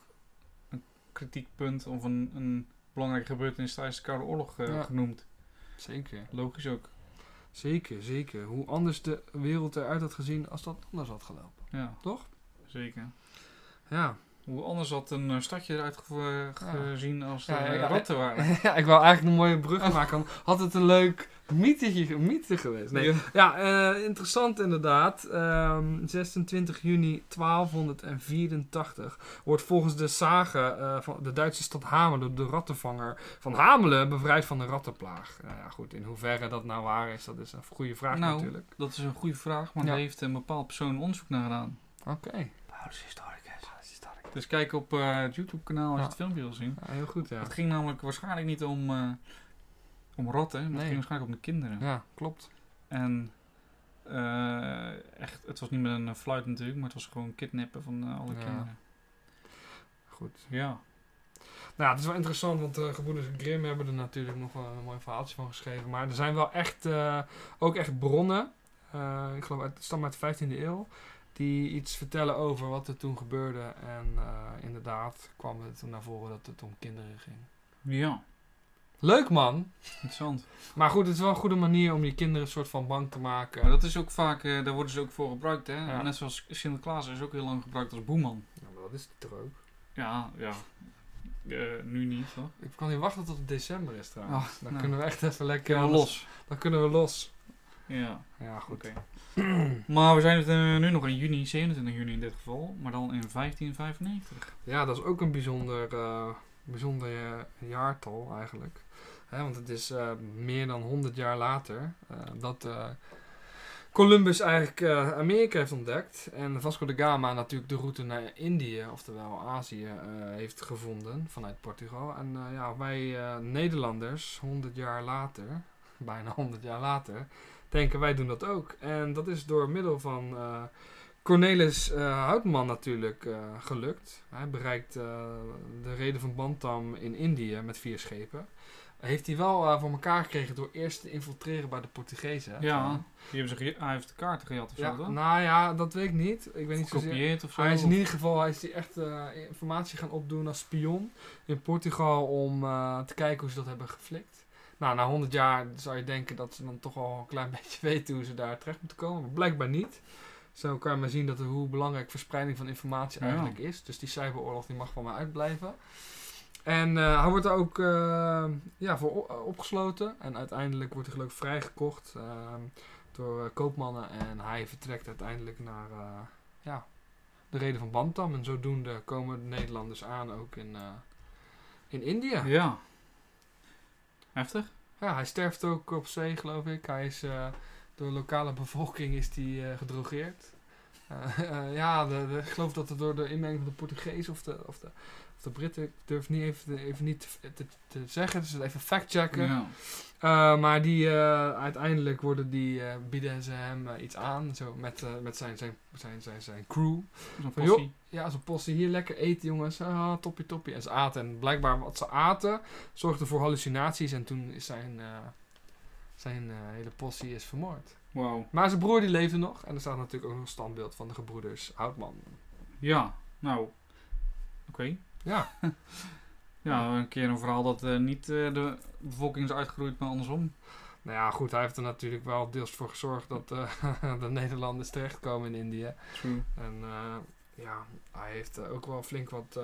Speaker 2: een kritiekpunt of een, een belangrijke gebeurtenis tijdens de Koude Oorlog eh,
Speaker 1: Ja.
Speaker 2: genoemd.
Speaker 1: Zeker.
Speaker 2: Logisch ook.
Speaker 1: Zeker, zeker. Hoe anders de wereld eruit had gezien als dat anders had gelopen.
Speaker 2: Ja.
Speaker 1: Toch?
Speaker 2: Zeker.
Speaker 1: Ja. (laughs)
Speaker 2: Hoe anders had een eh, stadje eruit ge- gezien als
Speaker 1: Ja,
Speaker 2: er
Speaker 1: ja,
Speaker 2: eh, ratten waren.
Speaker 1: ja, ik wou eigenlijk een mooie
Speaker 2: (laughs)
Speaker 1: brug maken. want Had het een leuk mythe, mythe geweest?
Speaker 2: (laughs)
Speaker 1: Nee,
Speaker 2: Ja.
Speaker 1: Ja, eh, interessant inderdaad. Ehm, 26 juni 1284 wordt volgens de sage eh, van de Duitse stad Hamelen de rattenvanger van Hamelen bevrijd van de rattenplaag. Nou ja, goed, in hoeverre dat nou waar is, dat is een goede vraag
Speaker 2: Nou.
Speaker 1: natuurlijk.
Speaker 2: Dat is een goede vraag, maar
Speaker 1: Ja.
Speaker 2: daar heeft een bepaald persoon onderzoek naar gedaan.
Speaker 1: Oké.
Speaker 2: Dus kijk op eh, het YouTube-kanaal als
Speaker 1: Ja.
Speaker 2: je het filmpje wil zien.
Speaker 1: Ja, heel goed, ja.
Speaker 2: Het ging namelijk waarschijnlijk niet om, eh, om ratten, maar
Speaker 1: Nee.
Speaker 2: het ging waarschijnlijk om de kinderen.
Speaker 1: Ja, klopt.
Speaker 2: En eh, echt, het was niet met een eh, fluit natuurlijk, maar het was gewoon kidnappen van eh, alle
Speaker 1: Ja.
Speaker 2: kinderen.
Speaker 1: Goed.
Speaker 2: Ja.
Speaker 1: Nou, het is wel interessant, want de gebroeders Grimm hebben er natuurlijk nog wel een mooi verhaaltje van geschreven. Maar er zijn wel echt, eh, ook echt bronnen, eh, ik geloof uit, het stamt uit de 15e eeuw, die iets vertellen over wat er toen gebeurde. En eh, inderdaad kwam het toen naar voren dat het om kinderen ging.
Speaker 2: Ja,
Speaker 1: Leuk man!
Speaker 2: interessant.
Speaker 1: Maar goed, het is wel een goede manier om je kinderen een soort van bang te maken.
Speaker 2: Maar dat is ook vaak, eh, daar worden ze ook voor gebruikt hè.
Speaker 1: Ja.
Speaker 2: Net zoals Sinterklaas is ook heel lang gebruikt als boeman.
Speaker 1: Ja, maar dat is toch ook.
Speaker 2: Ja, ja. Eh, nu niet hoor.
Speaker 1: Ik kan niet wachten tot het december is trouwens.
Speaker 2: Ach,
Speaker 1: dan
Speaker 2: nou.
Speaker 1: kunnen we echt even lekker...
Speaker 2: Kunnen we los.
Speaker 1: Dan kunnen we los.
Speaker 2: Ja,
Speaker 1: Ja, goed.
Speaker 2: oké. maar we zijn het eh, nu nog in juni, 27 juni in dit geval, maar dan in 1595.
Speaker 1: Ja, dat is ook een bijzonder, eh, bijzonder eh, jaartal eigenlijk. eh, Hè, want het is eh, meer dan 100 jaar later eh, dat de Columbus eigenlijk eh, Amerika heeft ontdekt. En Vasco da Gama natuurlijk de route naar Indië, oftewel Azië, eh, heeft gevonden vanuit Portugal. En eh, ja, wij eh, Nederlanders, 100 jaar later, (laughs) bijna 100 jaar later, denken wij doen dat ook. En dat is door middel van eh, Cornelis eh, Houtman natuurlijk eh, gelukt. Hij bereikt eh, de reden van Bantam in Indië met vier schepen. Heeft hij wel eh, voor elkaar gekregen door eerst te infiltreren bij de Portugezen.
Speaker 2: Ja, die hebben ze ge- hij heeft de kaarten gejat of
Speaker 1: Ja,
Speaker 2: zo, toch?
Speaker 1: nou ja, dat weet ik niet. Ik weet niet zozeer.
Speaker 2: Gekopieerd of zo.
Speaker 1: Hij is in ieder geval hij is die echt eh, informatie gaan opdoen als spion in Portugal om eh, te kijken hoe ze dat hebben geflikt. Nou, na 100 jaar zou je denken dat ze dan toch al een klein (laughs) beetje weten hoe ze daar terecht moeten komen. Maar blijkbaar niet. Zo kan je maar zien dat hoe belangrijk verspreiding van informatie
Speaker 2: Ja.
Speaker 1: eigenlijk is. Dus die cyberoorlog die mag van mij uitblijven. En eh, hij wordt daar ook eh, ja, voor o- opgesloten. En uiteindelijk wordt hij geloof ik vrijgekocht ehm, door eh, koopmannen. En hij vertrekt uiteindelijk naar eh, ja, de reden van Bantam. En zodoende komen de Nederlanders aan ook in, eh, in India.
Speaker 2: Ja. Heftig.
Speaker 1: Ja, hij sterft ook op zee, geloof ik. Hij is eh, door de lokale bevolking is die, eh, gedrogeerd. Eh, (laughs) eh, ja, de- de- ik geloof dat het door de inmenging van de Portugees of de, of de, of de Britten, ik durf niet even, even niet te, te, te zeggen, dus even factchecken.
Speaker 2: Ja.
Speaker 1: Eh, maar die, eh, uiteindelijk worden die, eh, bieden ze hem eh, iets aan, zo met, eh, met zijn, zijn, zijn, zijn, zijn crew.
Speaker 2: Zo'n
Speaker 1: Van, joh.
Speaker 2: passie.
Speaker 1: Ja, ze posten hier lekker eten, jongens. Ah, toppie, toppie. En ze aten. En blijkbaar wat ze aten zorgde voor hallucinaties. En toen is zijn, eh, zijn eh, hele possie is vermoord.
Speaker 2: Wauw.
Speaker 1: Maar zijn broer die leefde nog. En er staat natuurlijk ook nog een standbeeld van de gebroeders Houtman.
Speaker 2: Ja, nou. Oké.
Speaker 1: Ja,
Speaker 2: (laughs) Ja, een keer een verhaal dat eh, niet eh, de bevolking is uitgeroeid, maar andersom.
Speaker 1: nou ja, goed. Hij heeft er natuurlijk wel deels voor gezorgd dat eh, (laughs) de Nederlanders terechtkomen in Indië.
Speaker 2: True.
Speaker 1: En eh, ja, hij heeft eh, ook wel flink wat eh,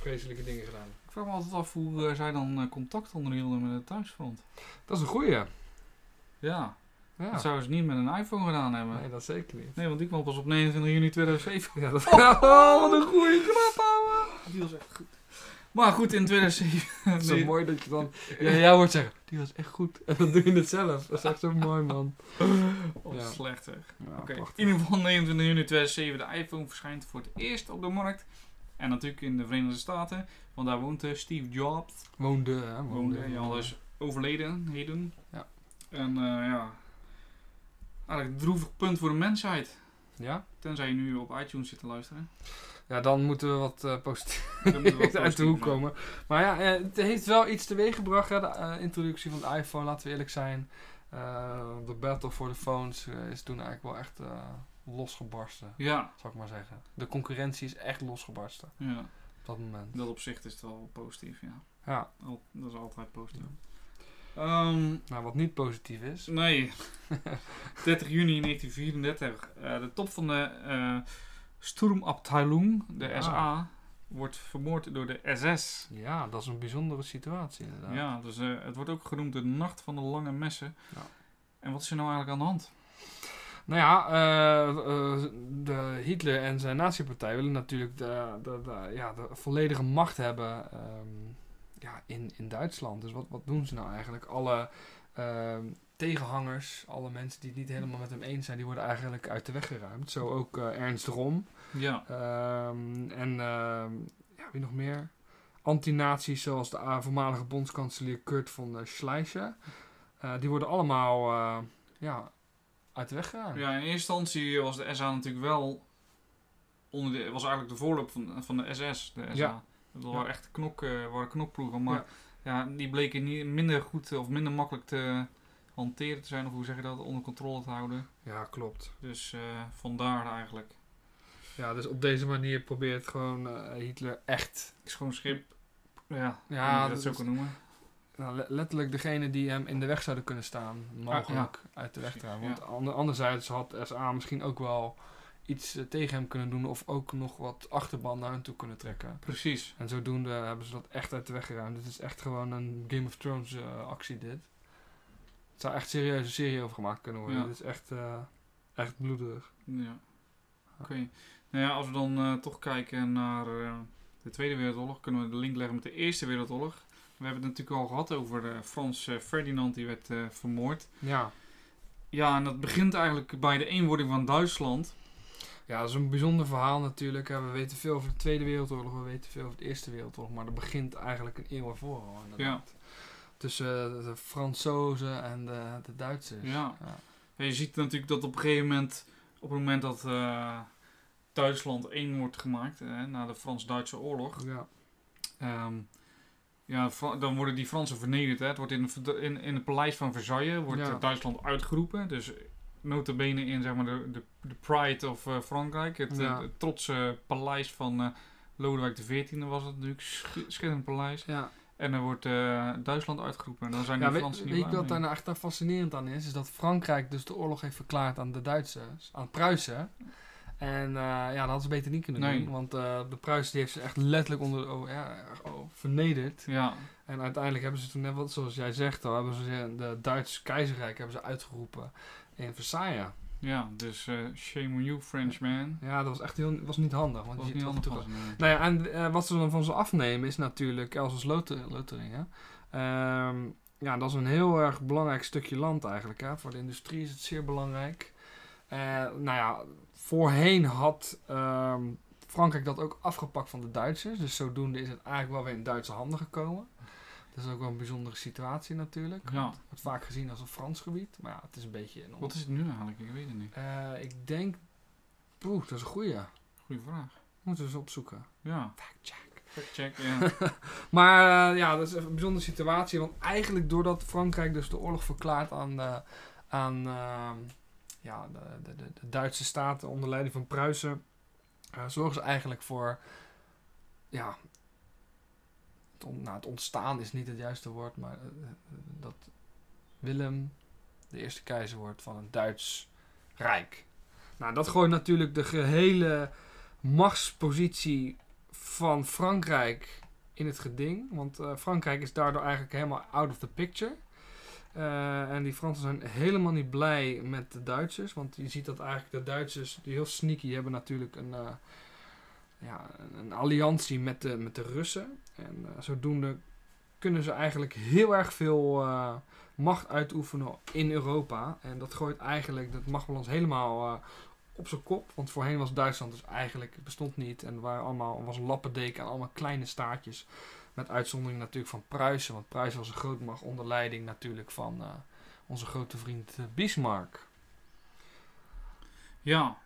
Speaker 1: vreselijke dingen gedaan.
Speaker 2: Ik vraag me altijd af hoe eh, zij dan eh, contact onderhielden met het thuisfront.
Speaker 1: Dat is een goeie.
Speaker 2: Ja,
Speaker 1: Ja,
Speaker 2: dat zouden ze niet met een iPhone gedaan hebben.
Speaker 1: nee,
Speaker 2: Nee,
Speaker 1: dat zeker niet.
Speaker 2: want die kwam pas op 29 juni 2007.
Speaker 1: Ja, dat... (laughs)
Speaker 2: Oh, wat een goeie knap, ouwe. Die was echt goed. (laughs) Maar goed, in 2007...
Speaker 1: Het is zo
Speaker 2: Nee.
Speaker 1: mooi (laughs) dat je dan... Ja, jij wordt zeggen, die was echt goed. En dan doe je het zelf. Dat is echt zo mooi, man.
Speaker 2: (laughs) Oh,
Speaker 1: Ja.
Speaker 2: slecht hè. Oké,
Speaker 1: prachtig.
Speaker 2: in ieder geval 29 juni 2007. De iPhone verschijnt voor het eerst op de markt. En natuurlijk in de Verenigde Staten, want daar woont eh, Steve Jobs.
Speaker 1: Woonde, hè?
Speaker 2: woonde. Ja, al is overleden, heden.
Speaker 1: Oh, Ja.
Speaker 2: En eh, ja, eigenlijk een droevig punt voor de mensheid.
Speaker 1: Ja?
Speaker 2: Tenzij je nu op iTunes zit te luisteren.
Speaker 1: (laughs) Ja, dan moeten we wat eh positief
Speaker 2: (laughs) Dan moeten we wel
Speaker 1: uit de
Speaker 2: positief
Speaker 1: hoek
Speaker 2: zijn.
Speaker 1: komen. Maar ja, eh, het heeft wel iets teweeg gebracht, hè, de eh, introductie van de iPhone, laten we eerlijk zijn. Eh, de battle voor de phones eh, is toen eigenlijk wel echt eh, losgebarsten,
Speaker 2: Ja,
Speaker 1: zou ik maar zeggen. De concurrentie is echt losgebarsten
Speaker 2: ja,
Speaker 1: op dat moment.
Speaker 2: in dat opzicht is het wel positief, ja.
Speaker 1: Ja,
Speaker 2: Al- dat is altijd positief. Ehm,
Speaker 1: nou wat niet positief is.
Speaker 2: Nee. (laughs) 30 juni 1934. eh, de top van de eh Sturmabteilung, de
Speaker 1: Ja.
Speaker 2: SA, wordt vermoord door de SS.
Speaker 1: Ja, dat is een bijzondere situatie inderdaad.
Speaker 2: Ja, dus eh, het wordt ook genoemd de nacht van de lange messen.
Speaker 1: Ja.
Speaker 2: En wat is er nou eigenlijk aan de hand?
Speaker 1: Nou ja, eh, eh, de Hitler en zijn nazi-partij willen natuurlijk de, de, de- ja, de volledige macht hebben ehm, ja, in, in Duitsland. Dus wat, wat doen ze nou eigenlijk? Alle ehm, tegenhangers, alle mensen die het niet helemaal met hem eens zijn, die worden eigenlijk uit de weg geruimd. Zo ook eh, Ernst Rom.
Speaker 2: Ja,
Speaker 1: Ehm, en ehm, ja, wie nog meer? Antinazies zoals de ah, voormalige bondskanselier Kurt von eh, Schleicher. Eh, die worden allemaal eh, ja, uit de weg geruimd.
Speaker 2: ja in eerste instantie was de SA natuurlijk wel... Onder de, was eigenlijk de voorloop van, van de SS, de SA.
Speaker 1: Ja.
Speaker 2: Dat
Speaker 1: Ja.
Speaker 2: waren echt knok, eh, waren knokploegen, maar ja. die bleken niet, minder goed eh, of minder makkelijk te hanteren te zijn. Of hoe zeg je dat, onder controle te houden.
Speaker 1: Ja, klopt.
Speaker 2: Dus eh, vandaar eigenlijk.
Speaker 1: Ja, dus op deze manier probeert gewoon eh, Hitler echt.
Speaker 2: Het is gewoon schip. Ja,
Speaker 1: Ja,
Speaker 2: ja dat,
Speaker 1: dat
Speaker 2: zo
Speaker 1: is-
Speaker 2: kan noemen.
Speaker 1: Nou, le- letterlijk degene die hem in de weg zouden kunnen staan, mogelijk uit de weg te houden. Want ander- anderzijds had SA misschien ook wel iets eh, tegen hem kunnen doen of ook nog wat achterban naar hem toe kunnen trekken.
Speaker 2: Precies.
Speaker 1: En zodoende hebben ze dat echt uit de weg geruimd. Dit is echt gewoon een Game of Thrones eh, actie dit. Het zou echt serieus een serie over gemaakt kunnen worden.
Speaker 2: Ja.
Speaker 1: Dit is echt, eh, echt bloedig.
Speaker 2: Ja. Oké. Nou ja, als we dan eh, toch kijken naar eh, de Tweede Wereldoorlog, kunnen we de link leggen met de Eerste Wereldoorlog. We hebben het natuurlijk al gehad over eh, Frans eh, Ferdinand, die werd eh, vermoord.
Speaker 1: Ja.
Speaker 2: Ja, en dat begint eigenlijk bij de eenwording van Duitsland.
Speaker 1: Ja, dat is een bijzonder verhaal natuurlijk. hè. We weten veel over de Tweede Wereldoorlog, we weten veel over de Eerste Wereldoorlog, maar dat begint eigenlijk een eeuw ervoor al. inderdaad. Tussen eh, de Fransozen en de, de Duitsers.
Speaker 2: Ja.
Speaker 1: Ja.
Speaker 2: Ja, je ziet natuurlijk dat op een gegeven moment, op het moment dat eh, Duitsland één wordt gemaakt, hè, na de Frans-Duitse oorlog,
Speaker 1: Ja.
Speaker 2: Ehm, ja, Fra- dan worden die Fransen vernederd. Hè. Het wordt in, in, in het paleis van Versailles wordt
Speaker 1: Ja.
Speaker 2: eh, Duitsland uitgeroepen. Dus nota bene in zeg maar, de, de, de pride of eh, Frankrijk. Het, eh,
Speaker 1: Ja.
Speaker 2: het trotse paleis van eh Lodewijk XIV was het natuurlijk. Sch- Schitterend paleis.
Speaker 1: ja.
Speaker 2: En dan wordt eh, Duitsland uitgeroepen. En dan zijn
Speaker 1: Ja,
Speaker 2: die
Speaker 1: weet,
Speaker 2: Fransen
Speaker 1: weet
Speaker 2: niet
Speaker 1: je
Speaker 2: blij
Speaker 1: wat
Speaker 2: mee.
Speaker 1: daar nou echt aan fascinerend aan is? Is dat Frankrijk dus de oorlog heeft verklaard aan de Duitsers, aan Pruisen. En eh, ja, dat hadden ze beter niet kunnen
Speaker 2: Nee.
Speaker 1: doen. Want eh, de Pruisen die heeft ze echt letterlijk onder de, oh, ja, oh, vernederd.
Speaker 2: Ja,
Speaker 1: En uiteindelijk hebben ze toen net wat, zoals jij zegt al, hebben ze de Duitse keizerrijk hebben ze uitgeroepen in Versailles.
Speaker 2: ja, dus eh, shame on you, Frenchman.
Speaker 1: Ja, Oh, dat was echt heel, was niet handig. Want
Speaker 2: Dat was
Speaker 1: je
Speaker 2: niet
Speaker 1: ziet
Speaker 2: handig.
Speaker 1: natuurlijk-
Speaker 2: was het, nee.
Speaker 1: Nou ja, en eh, wat ze dan van ze afnemen is natuurlijk Elsa's Loteringen. Ehm ja, dat is een heel erg belangrijk stukje land eigenlijk. Hè. Voor de industrie is het zeer belangrijk. Eh, nou ja, voorheen had ehm, Frankrijk dat ook afgepakt van de Duitsers. Dus zodoende is het eigenlijk wel weer in Duitse handen gekomen. Dat is ook wel een bijzondere situatie natuurlijk.
Speaker 2: Ja,
Speaker 1: Het wordt vaak gezien als een Frans gebied. Maar ja, het is een beetje... Een on-
Speaker 2: wat is het nu eigenlijk? Ik weet het niet.
Speaker 1: Eh, ik denk... Oeh, dat is een goeie.
Speaker 2: Goeie vraag.
Speaker 1: Moeten we eens opzoeken.
Speaker 2: Ja,
Speaker 1: Fact check.
Speaker 2: fact check. Ja.
Speaker 1: (laughs) Maar eh, ja, dat is een bijzondere situatie. Want eigenlijk doordat Frankrijk dus de oorlog verklaart aan de, aan, eh, ja, de, de, de, de Duitse staten onder leiding van Pruisen, eh, zorgen ze eigenlijk voor. Ja, het, on- nou, het ontstaan is niet het juiste woord, maar eh, eh, dat Willem de eerste keizer wordt van het Duits Rijk. Nou, dat gooit natuurlijk de gehele machtspositie van Frankrijk in het geding. Want eh, Frankrijk is daardoor eigenlijk helemaal out of the picture. Eh, en die Fransen zijn helemaal niet blij met de Duitsers. Want je ziet dat eigenlijk de Duitsers, die heel sneaky, hebben natuurlijk een, eh, ja, een- een alliantie met de, met de Russen. En eh, zodoende kunnen ze eigenlijk heel erg veel eh, macht uitoefenen in Europa. En dat gooit eigenlijk dat machtbalans helemaal eh, op zijn kop. Want voorheen was Duitsland dus eigenlijk, het bestond niet. En er waren allemaal, was een lappendeken aan allemaal kleine staatjes. Met uitzondering natuurlijk van Pruisen. Want Pruisen was een grootmacht onder leiding natuurlijk van eh, onze grote vriend eh, Bismarck.
Speaker 2: Ja.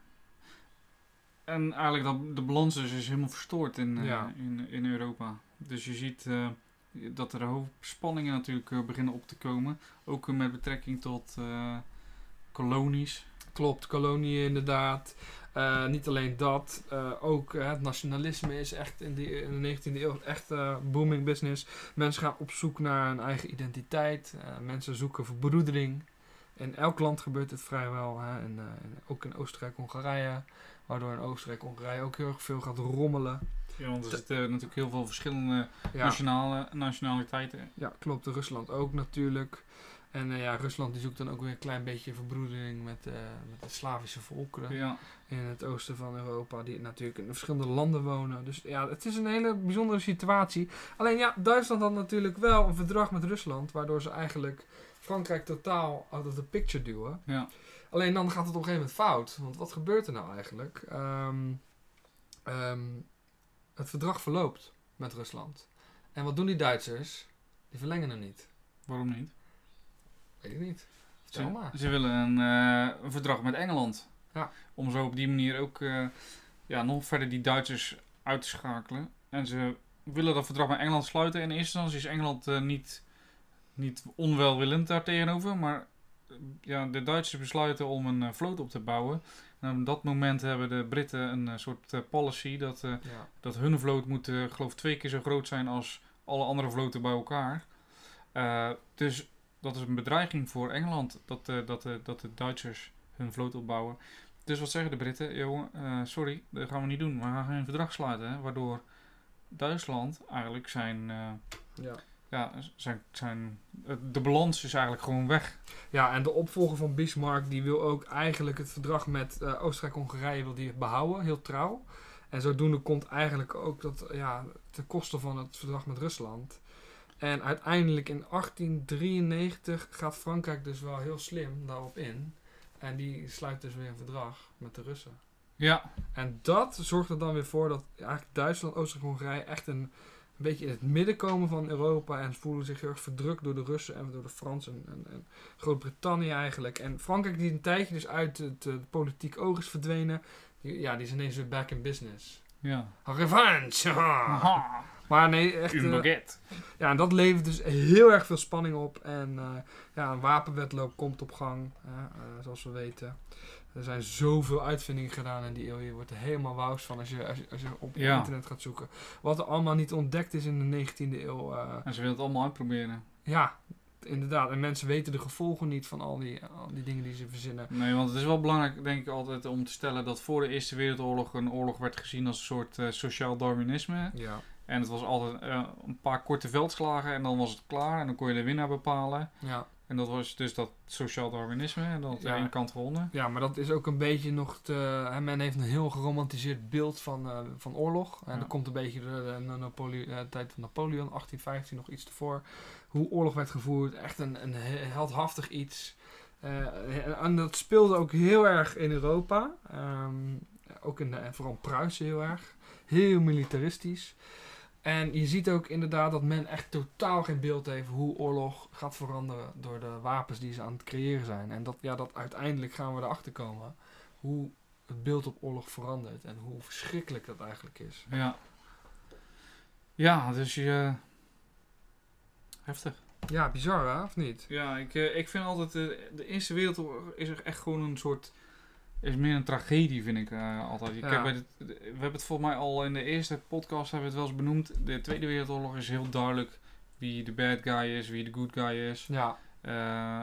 Speaker 2: En eigenlijk dat de balans dus is helemaal verstoord in, eh,
Speaker 1: Ja.
Speaker 2: in, in Europa. Dus je ziet eh, dat er een hoop spanningen natuurlijk eh, beginnen op te komen. Ook eh, met betrekking tot eh, kolonies.
Speaker 1: Klopt, koloniën inderdaad. Eh, niet alleen dat, eh, ook eh, het nationalisme is echt in, die, in de 19e eeuw echt eh, booming business. Mensen gaan op zoek naar een eigen identiteit. Eh, mensen zoeken verbroedering. In elk land gebeurt het vrijwel. Hè? En, eh, en ook in Oostenrijk-Hongarije. Waardoor in Oostenrijk-Hongarije ook heel erg veel gaat rommelen.
Speaker 2: Ja, want er zitten natuurlijk heel veel verschillende
Speaker 1: Ja.
Speaker 2: nationale, nationaliteiten.
Speaker 1: Ja, klopt. Rusland ook natuurlijk. En eh, ja, Rusland die zoekt dan ook weer een klein beetje verbroedering met, eh, met de Slavische volkeren
Speaker 2: Ja.
Speaker 1: in het oosten van Europa, die natuurlijk in verschillende landen wonen. Dus ja, het is een hele bijzondere situatie. Alleen ja, Duitsland had natuurlijk wel een verdrag met Rusland, waardoor ze eigenlijk Frankrijk totaal out of the picture duwen.
Speaker 2: Ja.
Speaker 1: Alleen dan gaat het op een gegeven moment fout. Want wat gebeurt er nou eigenlijk? Ehm, ehm, het verdrag verloopt met Rusland. En wat doen die Duitsers? Die verlengen hem niet.
Speaker 2: Waarom niet?
Speaker 1: Weet ik niet. Vertel
Speaker 2: Ze,
Speaker 1: maar.
Speaker 2: ze willen een, eh, een verdrag met Engeland.
Speaker 1: Ja.
Speaker 2: Om zo op die manier ook eh, ja, nog verder die Duitsers uit te schakelen. En ze willen dat verdrag met Engeland sluiten. En in eerste instantie is Engeland eh, niet, niet onwelwillend daar tegenover. Maar eh, ja, de Duitsers besluiten om een eh, vloot op te bouwen. En op dat moment hebben de Britten een eh, soort eh, policy dat, eh,
Speaker 1: Ja.
Speaker 2: dat hun vloot moet, eh, geloof ik, twee keer zo groot zijn als alle andere vloten bij elkaar. Eh, dus dat is een bedreiging voor Engeland, dat, eh, dat, eh, dat de Duitsers hun vloot opbouwen. Dus wat zeggen de Britten? Jongen, eh, sorry, dat gaan we niet doen. We gaan geen verdrag sluiten, hè, waardoor Duitsland eigenlijk zijn... eh,
Speaker 1: Ja.
Speaker 2: ja, zijn, zijn, eh, de balans is eigenlijk gewoon weg.
Speaker 1: Ja, en de opvolger van Bismarck die wil ook eigenlijk het verdrag met eh, Oostenrijk-Hongarije wil die behouden, heel trouw. En zodoende komt eigenlijk ook dat ja, ten koste van het verdrag met Rusland. En uiteindelijk in 1893 gaat Frankrijk dus wel heel slim daarop in. En die sluit dus weer een verdrag met de Russen.
Speaker 2: Ja,
Speaker 1: En dat zorgt er dan weer voor dat eigenlijk Duitsland, Oostenrijk, Hongarije echt een, een beetje in het midden komen van Europa. En voelen zich heel erg verdrukt door de Russen en door de Fransen en, en, en Groot-Brittannië eigenlijk. En Frankrijk, die een tijdje dus uit het eh, politiek oog is verdwenen, die- ja, die is ineens weer back in business.
Speaker 2: ja.
Speaker 1: Revanche!
Speaker 2: (laughs)
Speaker 1: haha.
Speaker 2: Aha,
Speaker 1: Maar nee, echt.
Speaker 2: een
Speaker 1: eh,
Speaker 2: baguette.
Speaker 1: ja, en dat levert dus heel erg veel spanning op. En eh, ja, een wapenwedloop komt op gang, hè, eh, zoals we weten. Er zijn zoveel uitvindingen gedaan in die eeuw. Je wordt er helemaal wauws van als je, als je, als je op
Speaker 2: Ja.
Speaker 1: internet gaat zoeken. Wat er allemaal niet ontdekt is in de 19e eeuw. eh,
Speaker 2: En ze willen het allemaal uitproberen.
Speaker 1: ja, inderdaad. En mensen weten de gevolgen niet van al die, al die dingen die ze verzinnen.
Speaker 2: Nee, want het is wel belangrijk, denk ik, altijd om te stellen dat voor de Eerste Wereldoorlog een oorlog werd gezien als een soort eh, sociaal Darwinisme.
Speaker 1: Ja,
Speaker 2: En het was altijd eh, een paar korte veldslagen en dan was het klaar en dan kon je de winnaar bepalen.
Speaker 1: ja.
Speaker 2: En dat was dus dat sociaal Darwinisme en dat
Speaker 1: Ja.
Speaker 2: één kant gewonnen.
Speaker 1: ja, maar dat is ook een beetje nog te... hè, men heeft een heel geromantiseerd beeld van, eh, van oorlog. En
Speaker 2: Ja.
Speaker 1: dan komt een beetje de, de, Napole- eh, tijd van Napoleon, 1815 nog iets ervoor. Hoe oorlog werd gevoerd, echt een, een he- heldhaftig iets. Eh, en, en dat speelde ook heel erg in Europa. Ehm, ook in de, en vooral Pruisen heel erg. Heel militaristisch. En je ziet ook inderdaad dat men echt totaal geen beeld heeft hoe oorlog gaat veranderen door de wapens die ze aan het creëren zijn. En dat, ja, dat uiteindelijk gaan we erachter komen hoe het beeld op oorlog verandert en hoe verschrikkelijk dat eigenlijk is.
Speaker 2: Ja. Ja, dus je... Heftig.
Speaker 1: Ja, bizar hè, of niet?
Speaker 2: Ja, ik, eh, ik vind altijd... eh, de Eerste Wereldoorlog is er echt gewoon een soort... Is meer een tragedie, vind ik eh, altijd. Ik
Speaker 1: Ja.
Speaker 2: heb bij dit- de- we hebben het volgens mij al in de eerste podcast hebben we het wel eens benoemd. De Tweede Wereldoorlog is heel duidelijk wie de bad guy is, wie de good guy is.
Speaker 1: Ja,
Speaker 2: Eh,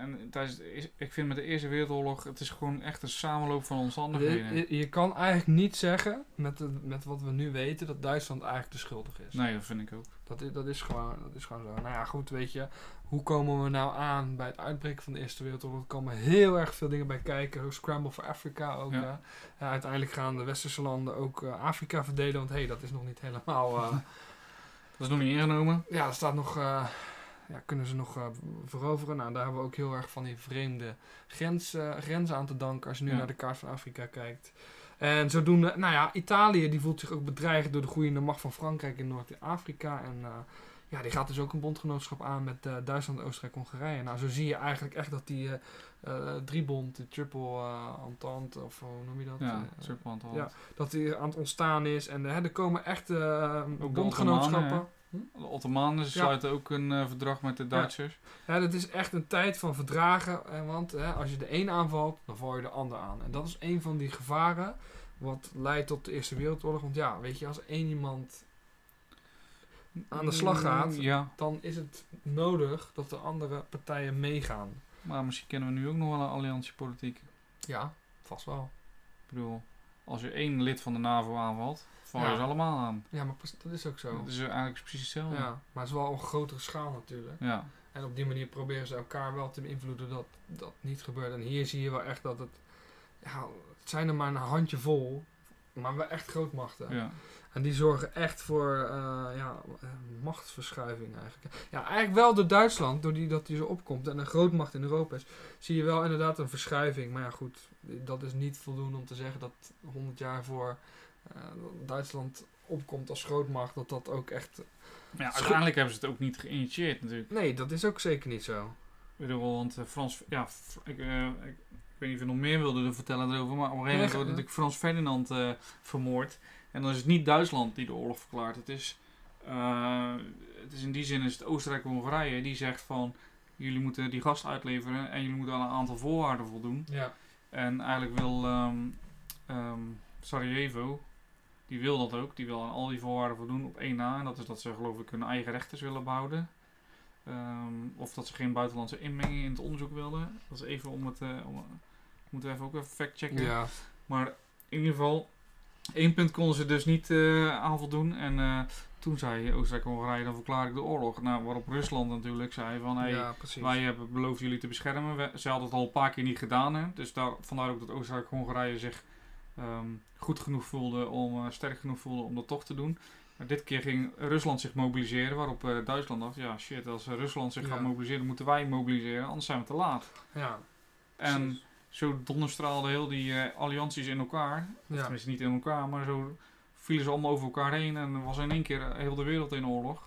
Speaker 2: en, en tijdens de eerste- ik vind met de Eerste Wereldoorlog, het is gewoon echt een samenloop van omstandigheden.
Speaker 1: je, je kan eigenlijk niet zeggen met, de- met wat we nu weten dat Duitsland eigenlijk de schuldig is.
Speaker 2: Nee, dat vind ik ook.
Speaker 1: Dat is, dat, is gewoon, dat is gewoon zo. Nou ja, goed, weet je. Hoe komen we nou aan bij het uitbreken van de Eerste Wereldoorlog? Er komen heel erg veel dingen bij kijken. Scramble for Africa ook.
Speaker 2: Ja.
Speaker 1: hè. Ja, uiteindelijk gaan de westerse landen ook eh, Afrika verdelen. Want hé, hey, dat is nog niet helemaal... eh,
Speaker 2: Dat is nog niet ingenomen.
Speaker 1: ja, er staat nog... eh, ja, kunnen ze nog eh, veroveren? Nou, daar hebben we ook heel erg van die vreemde grens, eh, grenzen aan te danken. Als je nu
Speaker 2: Ja.
Speaker 1: naar de kaart van Afrika kijkt. En zodoende... Nou ja, Italië die voelt zich ook bedreigd door de groeiende macht van Frankrijk in Noord-Afrika. En... eh, ja, die gaat dus ook een bondgenootschap aan met eh, Duitsland, Oostenrijk, Hongarije. Nou, zo zie je eigenlijk echt dat die eh eh driebond, de triple eh, entente, of hoe noem je dat?
Speaker 2: Ja,
Speaker 1: Eh,
Speaker 2: Serpent al.
Speaker 1: ja. dat die aan het ontstaan is. En eh, er komen echt eh,
Speaker 2: Ottomanen,
Speaker 1: bondgenootschappen.
Speaker 2: De Ottomanen ze
Speaker 1: Ja.
Speaker 2: sluiten ook een eh, verdrag met de Duitsers.
Speaker 1: Ja, dat is echt een tijd van verdragen. eh, Want hè, als je de een aanvalt, dan val je de ander aan. En dat is een van die gevaren wat leidt tot de Eerste Wereldoorlog. Want ja, weet je, als één iemand... Aan de slag gaat.
Speaker 2: Mm, Ja,
Speaker 1: Dan is het nodig dat de andere partijen meegaan.
Speaker 2: maar misschien kennen we nu ook nog wel een alliantiepolitiek.
Speaker 1: Ja, vast wel.
Speaker 2: Ik bedoel, als je één lid van de NAVO aanvalt, val je
Speaker 1: Ja.
Speaker 2: ze allemaal aan.
Speaker 1: Ja, maar pres- dat is ook zo.
Speaker 2: Dat is eigenlijk precies hetzelfde.
Speaker 1: Ja, maar het is wel op een grotere schaal natuurlijk.
Speaker 2: Ja.
Speaker 1: En op die manier proberen ze elkaar wel te beïnvloeden dat dat niet gebeurt. En hier zie je wel echt dat het... Ja, het zijn er maar een handjevol, maar wel echt grootmachten.
Speaker 2: ja.
Speaker 1: En die zorgen echt voor eh, ja, eh, machtsverschuiving eigenlijk. Ja, eigenlijk wel door Duitsland, doordat die, dat die zo opkomt en een grootmacht in Europa is, zie je wel inderdaad een verschuiving. Maar ja, goed, dat is niet voldoende om te zeggen dat 100 jaar voor eh, Duitsland opkomt als grootmacht, dat dat ook echt...
Speaker 2: Maar ja, uiteindelijk hebben ze het ook niet geïnitieerd natuurlijk.
Speaker 1: Nee, dat is ook zeker niet zo.
Speaker 2: Ik bedoel, want eh, Frans... Ja, F- ik, eh, ik, ik weet niet of je nog meer wilde vertellen erover, maar op een gegeven
Speaker 1: Nee,
Speaker 2: moment
Speaker 1: ga-
Speaker 2: wordt natuurlijk Frans Ferdinand eh, vermoord. En dan is het niet Duitsland die de oorlog verklaart. Het is, eh, het is in die zin is het Oostenrijk en Hongarije die zegt van... Jullie moeten die gast uitleveren en jullie moeten aan een aantal voorwaarden voldoen.
Speaker 1: Ja.
Speaker 2: En eigenlijk wil ehm, ehm, Sarajevo, die wil dat ook. Die wil aan al die voorwaarden voldoen op één na. En dat is dat ze geloof ik hun eigen rechters willen behouden. Ehm, of dat ze geen buitenlandse inmenging in het onderzoek wilden. Dat is even om het... eh, om, moeten we even ook even factchecken.
Speaker 1: Ja.
Speaker 2: Maar in ieder geval, één punt konden ze dus niet eh aan voldoen. En eh, toen zei Oostenrijk en Hongarije, dan verklaar ik de oorlog. Nou, waarop Rusland natuurlijk zei van... Hey,
Speaker 1: ja, precies.
Speaker 2: wij eh, hebben beloofd jullie te beschermen. We, ze hadden het al een paar keer niet gedaan. Hè? Dus daar, vandaar ook dat Oostenrijk-Hongarije zich ehm, goed genoeg voelden, om, eh, sterk genoeg voelden om dat toch te doen. Maar dit keer ging Rusland zich mobiliseren, waarop eh, Duitsland dacht, ja shit, als Rusland zich
Speaker 1: Ja.
Speaker 2: gaat mobiliseren, moeten wij mobiliseren, anders zijn we te laat.
Speaker 1: Ja,
Speaker 2: En
Speaker 1: precies.
Speaker 2: zo donderstraalden heel die eh, allianties in elkaar.
Speaker 1: Ja.
Speaker 2: Tenminste, niet in elkaar, maar zo vielen ze allemaal over elkaar heen en er was in één keer eh, heel de wereld in oorlog.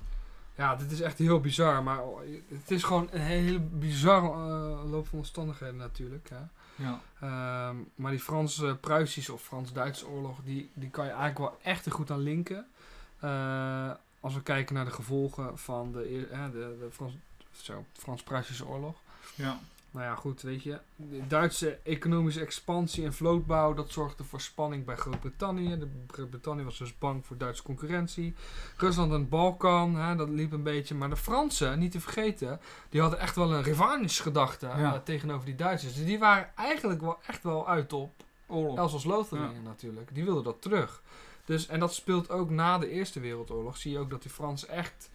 Speaker 1: ja, dit is echt heel bizar. Maar het is gewoon een hele bizarre eh, loop van omstandigheden natuurlijk. Hè.
Speaker 2: Ja.
Speaker 1: Ehm, maar die Frans-Pruisische of Frans-Duitse oorlog, die, die kan je eigenlijk wel echt er goed aan linken. Eh, als we kijken naar de gevolgen van de, eer- eh, de, de Frans, zo, Frans-Pruisische oorlog.
Speaker 2: Ja,
Speaker 1: Nou ja, goed, weet je. De Duitse economische expansie en vlootbouw, dat zorgde voor spanning bij Groot-Brittannië. De- Groot-Brittannië was dus bang voor Duitse concurrentie. Rusland en Balkan, hè, dat liep een beetje. Maar de Fransen, niet te vergeten, die hadden echt wel een revanche-gedachte
Speaker 2: Ja.
Speaker 1: eh, tegenover die Duitsers. Dus die waren eigenlijk wel echt wel uit op
Speaker 2: oorlog.
Speaker 1: Elsass Lothringen natuurlijk. Die wilden dat terug. Dus, en dat speelt ook na de Eerste Wereldoorlog. Zie je ook dat die Fransen echt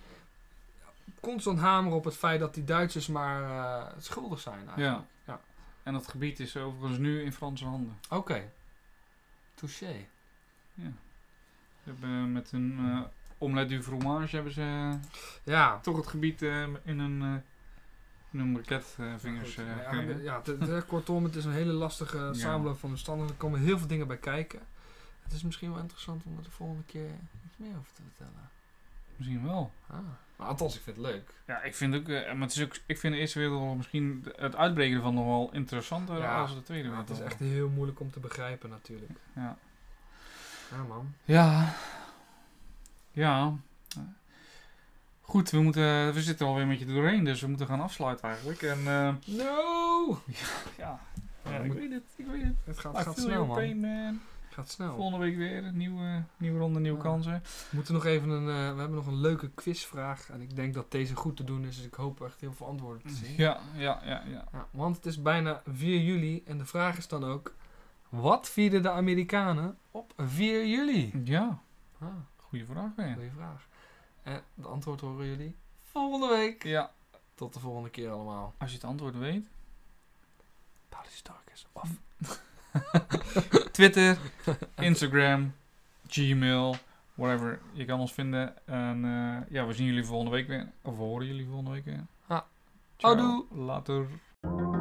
Speaker 1: constant hameren op het feit dat die Duitsers maar eh, schuldig zijn. Eigenlijk.
Speaker 2: ja.
Speaker 1: Ja.
Speaker 2: En dat gebied is overigens nu in Franse handen.
Speaker 1: Oké. Touché.
Speaker 2: Ja. Ze hebben met hun eh omelet du fromage hebben ze eh,
Speaker 1: Ja.
Speaker 2: toch het gebied eh, in hun, eh in hun rakketvingers.
Speaker 1: Goed,
Speaker 2: eh,
Speaker 1: nou ja,
Speaker 2: gekregen.
Speaker 1: de- ja, het- het- kortom, het is een hele lastige samenloop van omstandigheden. Er komen heel veel dingen bij kijken. Het is misschien wel interessant om er de volgende keer iets meer over te vertellen.
Speaker 2: Misschien wel.
Speaker 1: Ah. Maar althans, ik vind het leuk.
Speaker 2: Ja, ik vind, ook, eh, maar het is ook, ik vind de Eerste Wereldoorlog misschien de- het uitbreken ervan nog wel interessanter
Speaker 1: Ja.
Speaker 2: dan de Tweede
Speaker 1: Maar het is
Speaker 2: Wereldoorlog.
Speaker 1: echt heel moeilijk om te begrijpen natuurlijk.
Speaker 2: Ja.
Speaker 1: Ja man.
Speaker 2: Ja. Ja. Goed, we, moeten, eh, we zitten alweer met je doorheen, dus we moeten gaan afsluiten eigenlijk. En eh,
Speaker 1: No!
Speaker 2: ja,
Speaker 1: Ja,
Speaker 2: ja,
Speaker 1: dat
Speaker 2: ik
Speaker 1: moet-
Speaker 2: weet het, ik weet het.
Speaker 1: Het gaat,
Speaker 2: I
Speaker 1: gaat
Speaker 2: feel
Speaker 1: snel
Speaker 2: your
Speaker 1: man.
Speaker 2: pain, man.
Speaker 1: Gaat snel.
Speaker 2: Volgende week weer een nieuwe, nieuwe ronde, nieuwe
Speaker 1: Ja.
Speaker 2: kansen.
Speaker 1: We, moeten nog even een, eh, we hebben nog een leuke quizvraag. En ik denk dat deze goed te doen is. Dus ik hoop echt heel veel antwoorden
Speaker 2: Mm.
Speaker 1: te zien.
Speaker 2: Ja, ja, ja, ja.
Speaker 1: Ja, want het is bijna 4 juli. En de vraag is dan ook... Wat vierden de Amerikanen op 4 juli?
Speaker 2: Ja,
Speaker 1: Ah,
Speaker 2: goede vraag weer.
Speaker 1: goede vraag. En de antwoord horen jullie volgende week.
Speaker 2: Ja,
Speaker 1: Tot de volgende keer allemaal.
Speaker 2: als je het antwoord weet.
Speaker 1: Paulus Starkers. Of
Speaker 2: Twitter, Instagram, Gmail, whatever. Je kan ons vinden. En eh, ja, we zien jullie volgende week weer. Of we horen jullie volgende week weer.
Speaker 1: Ah.
Speaker 2: Ciao.
Speaker 1: Houdoe.
Speaker 2: Later.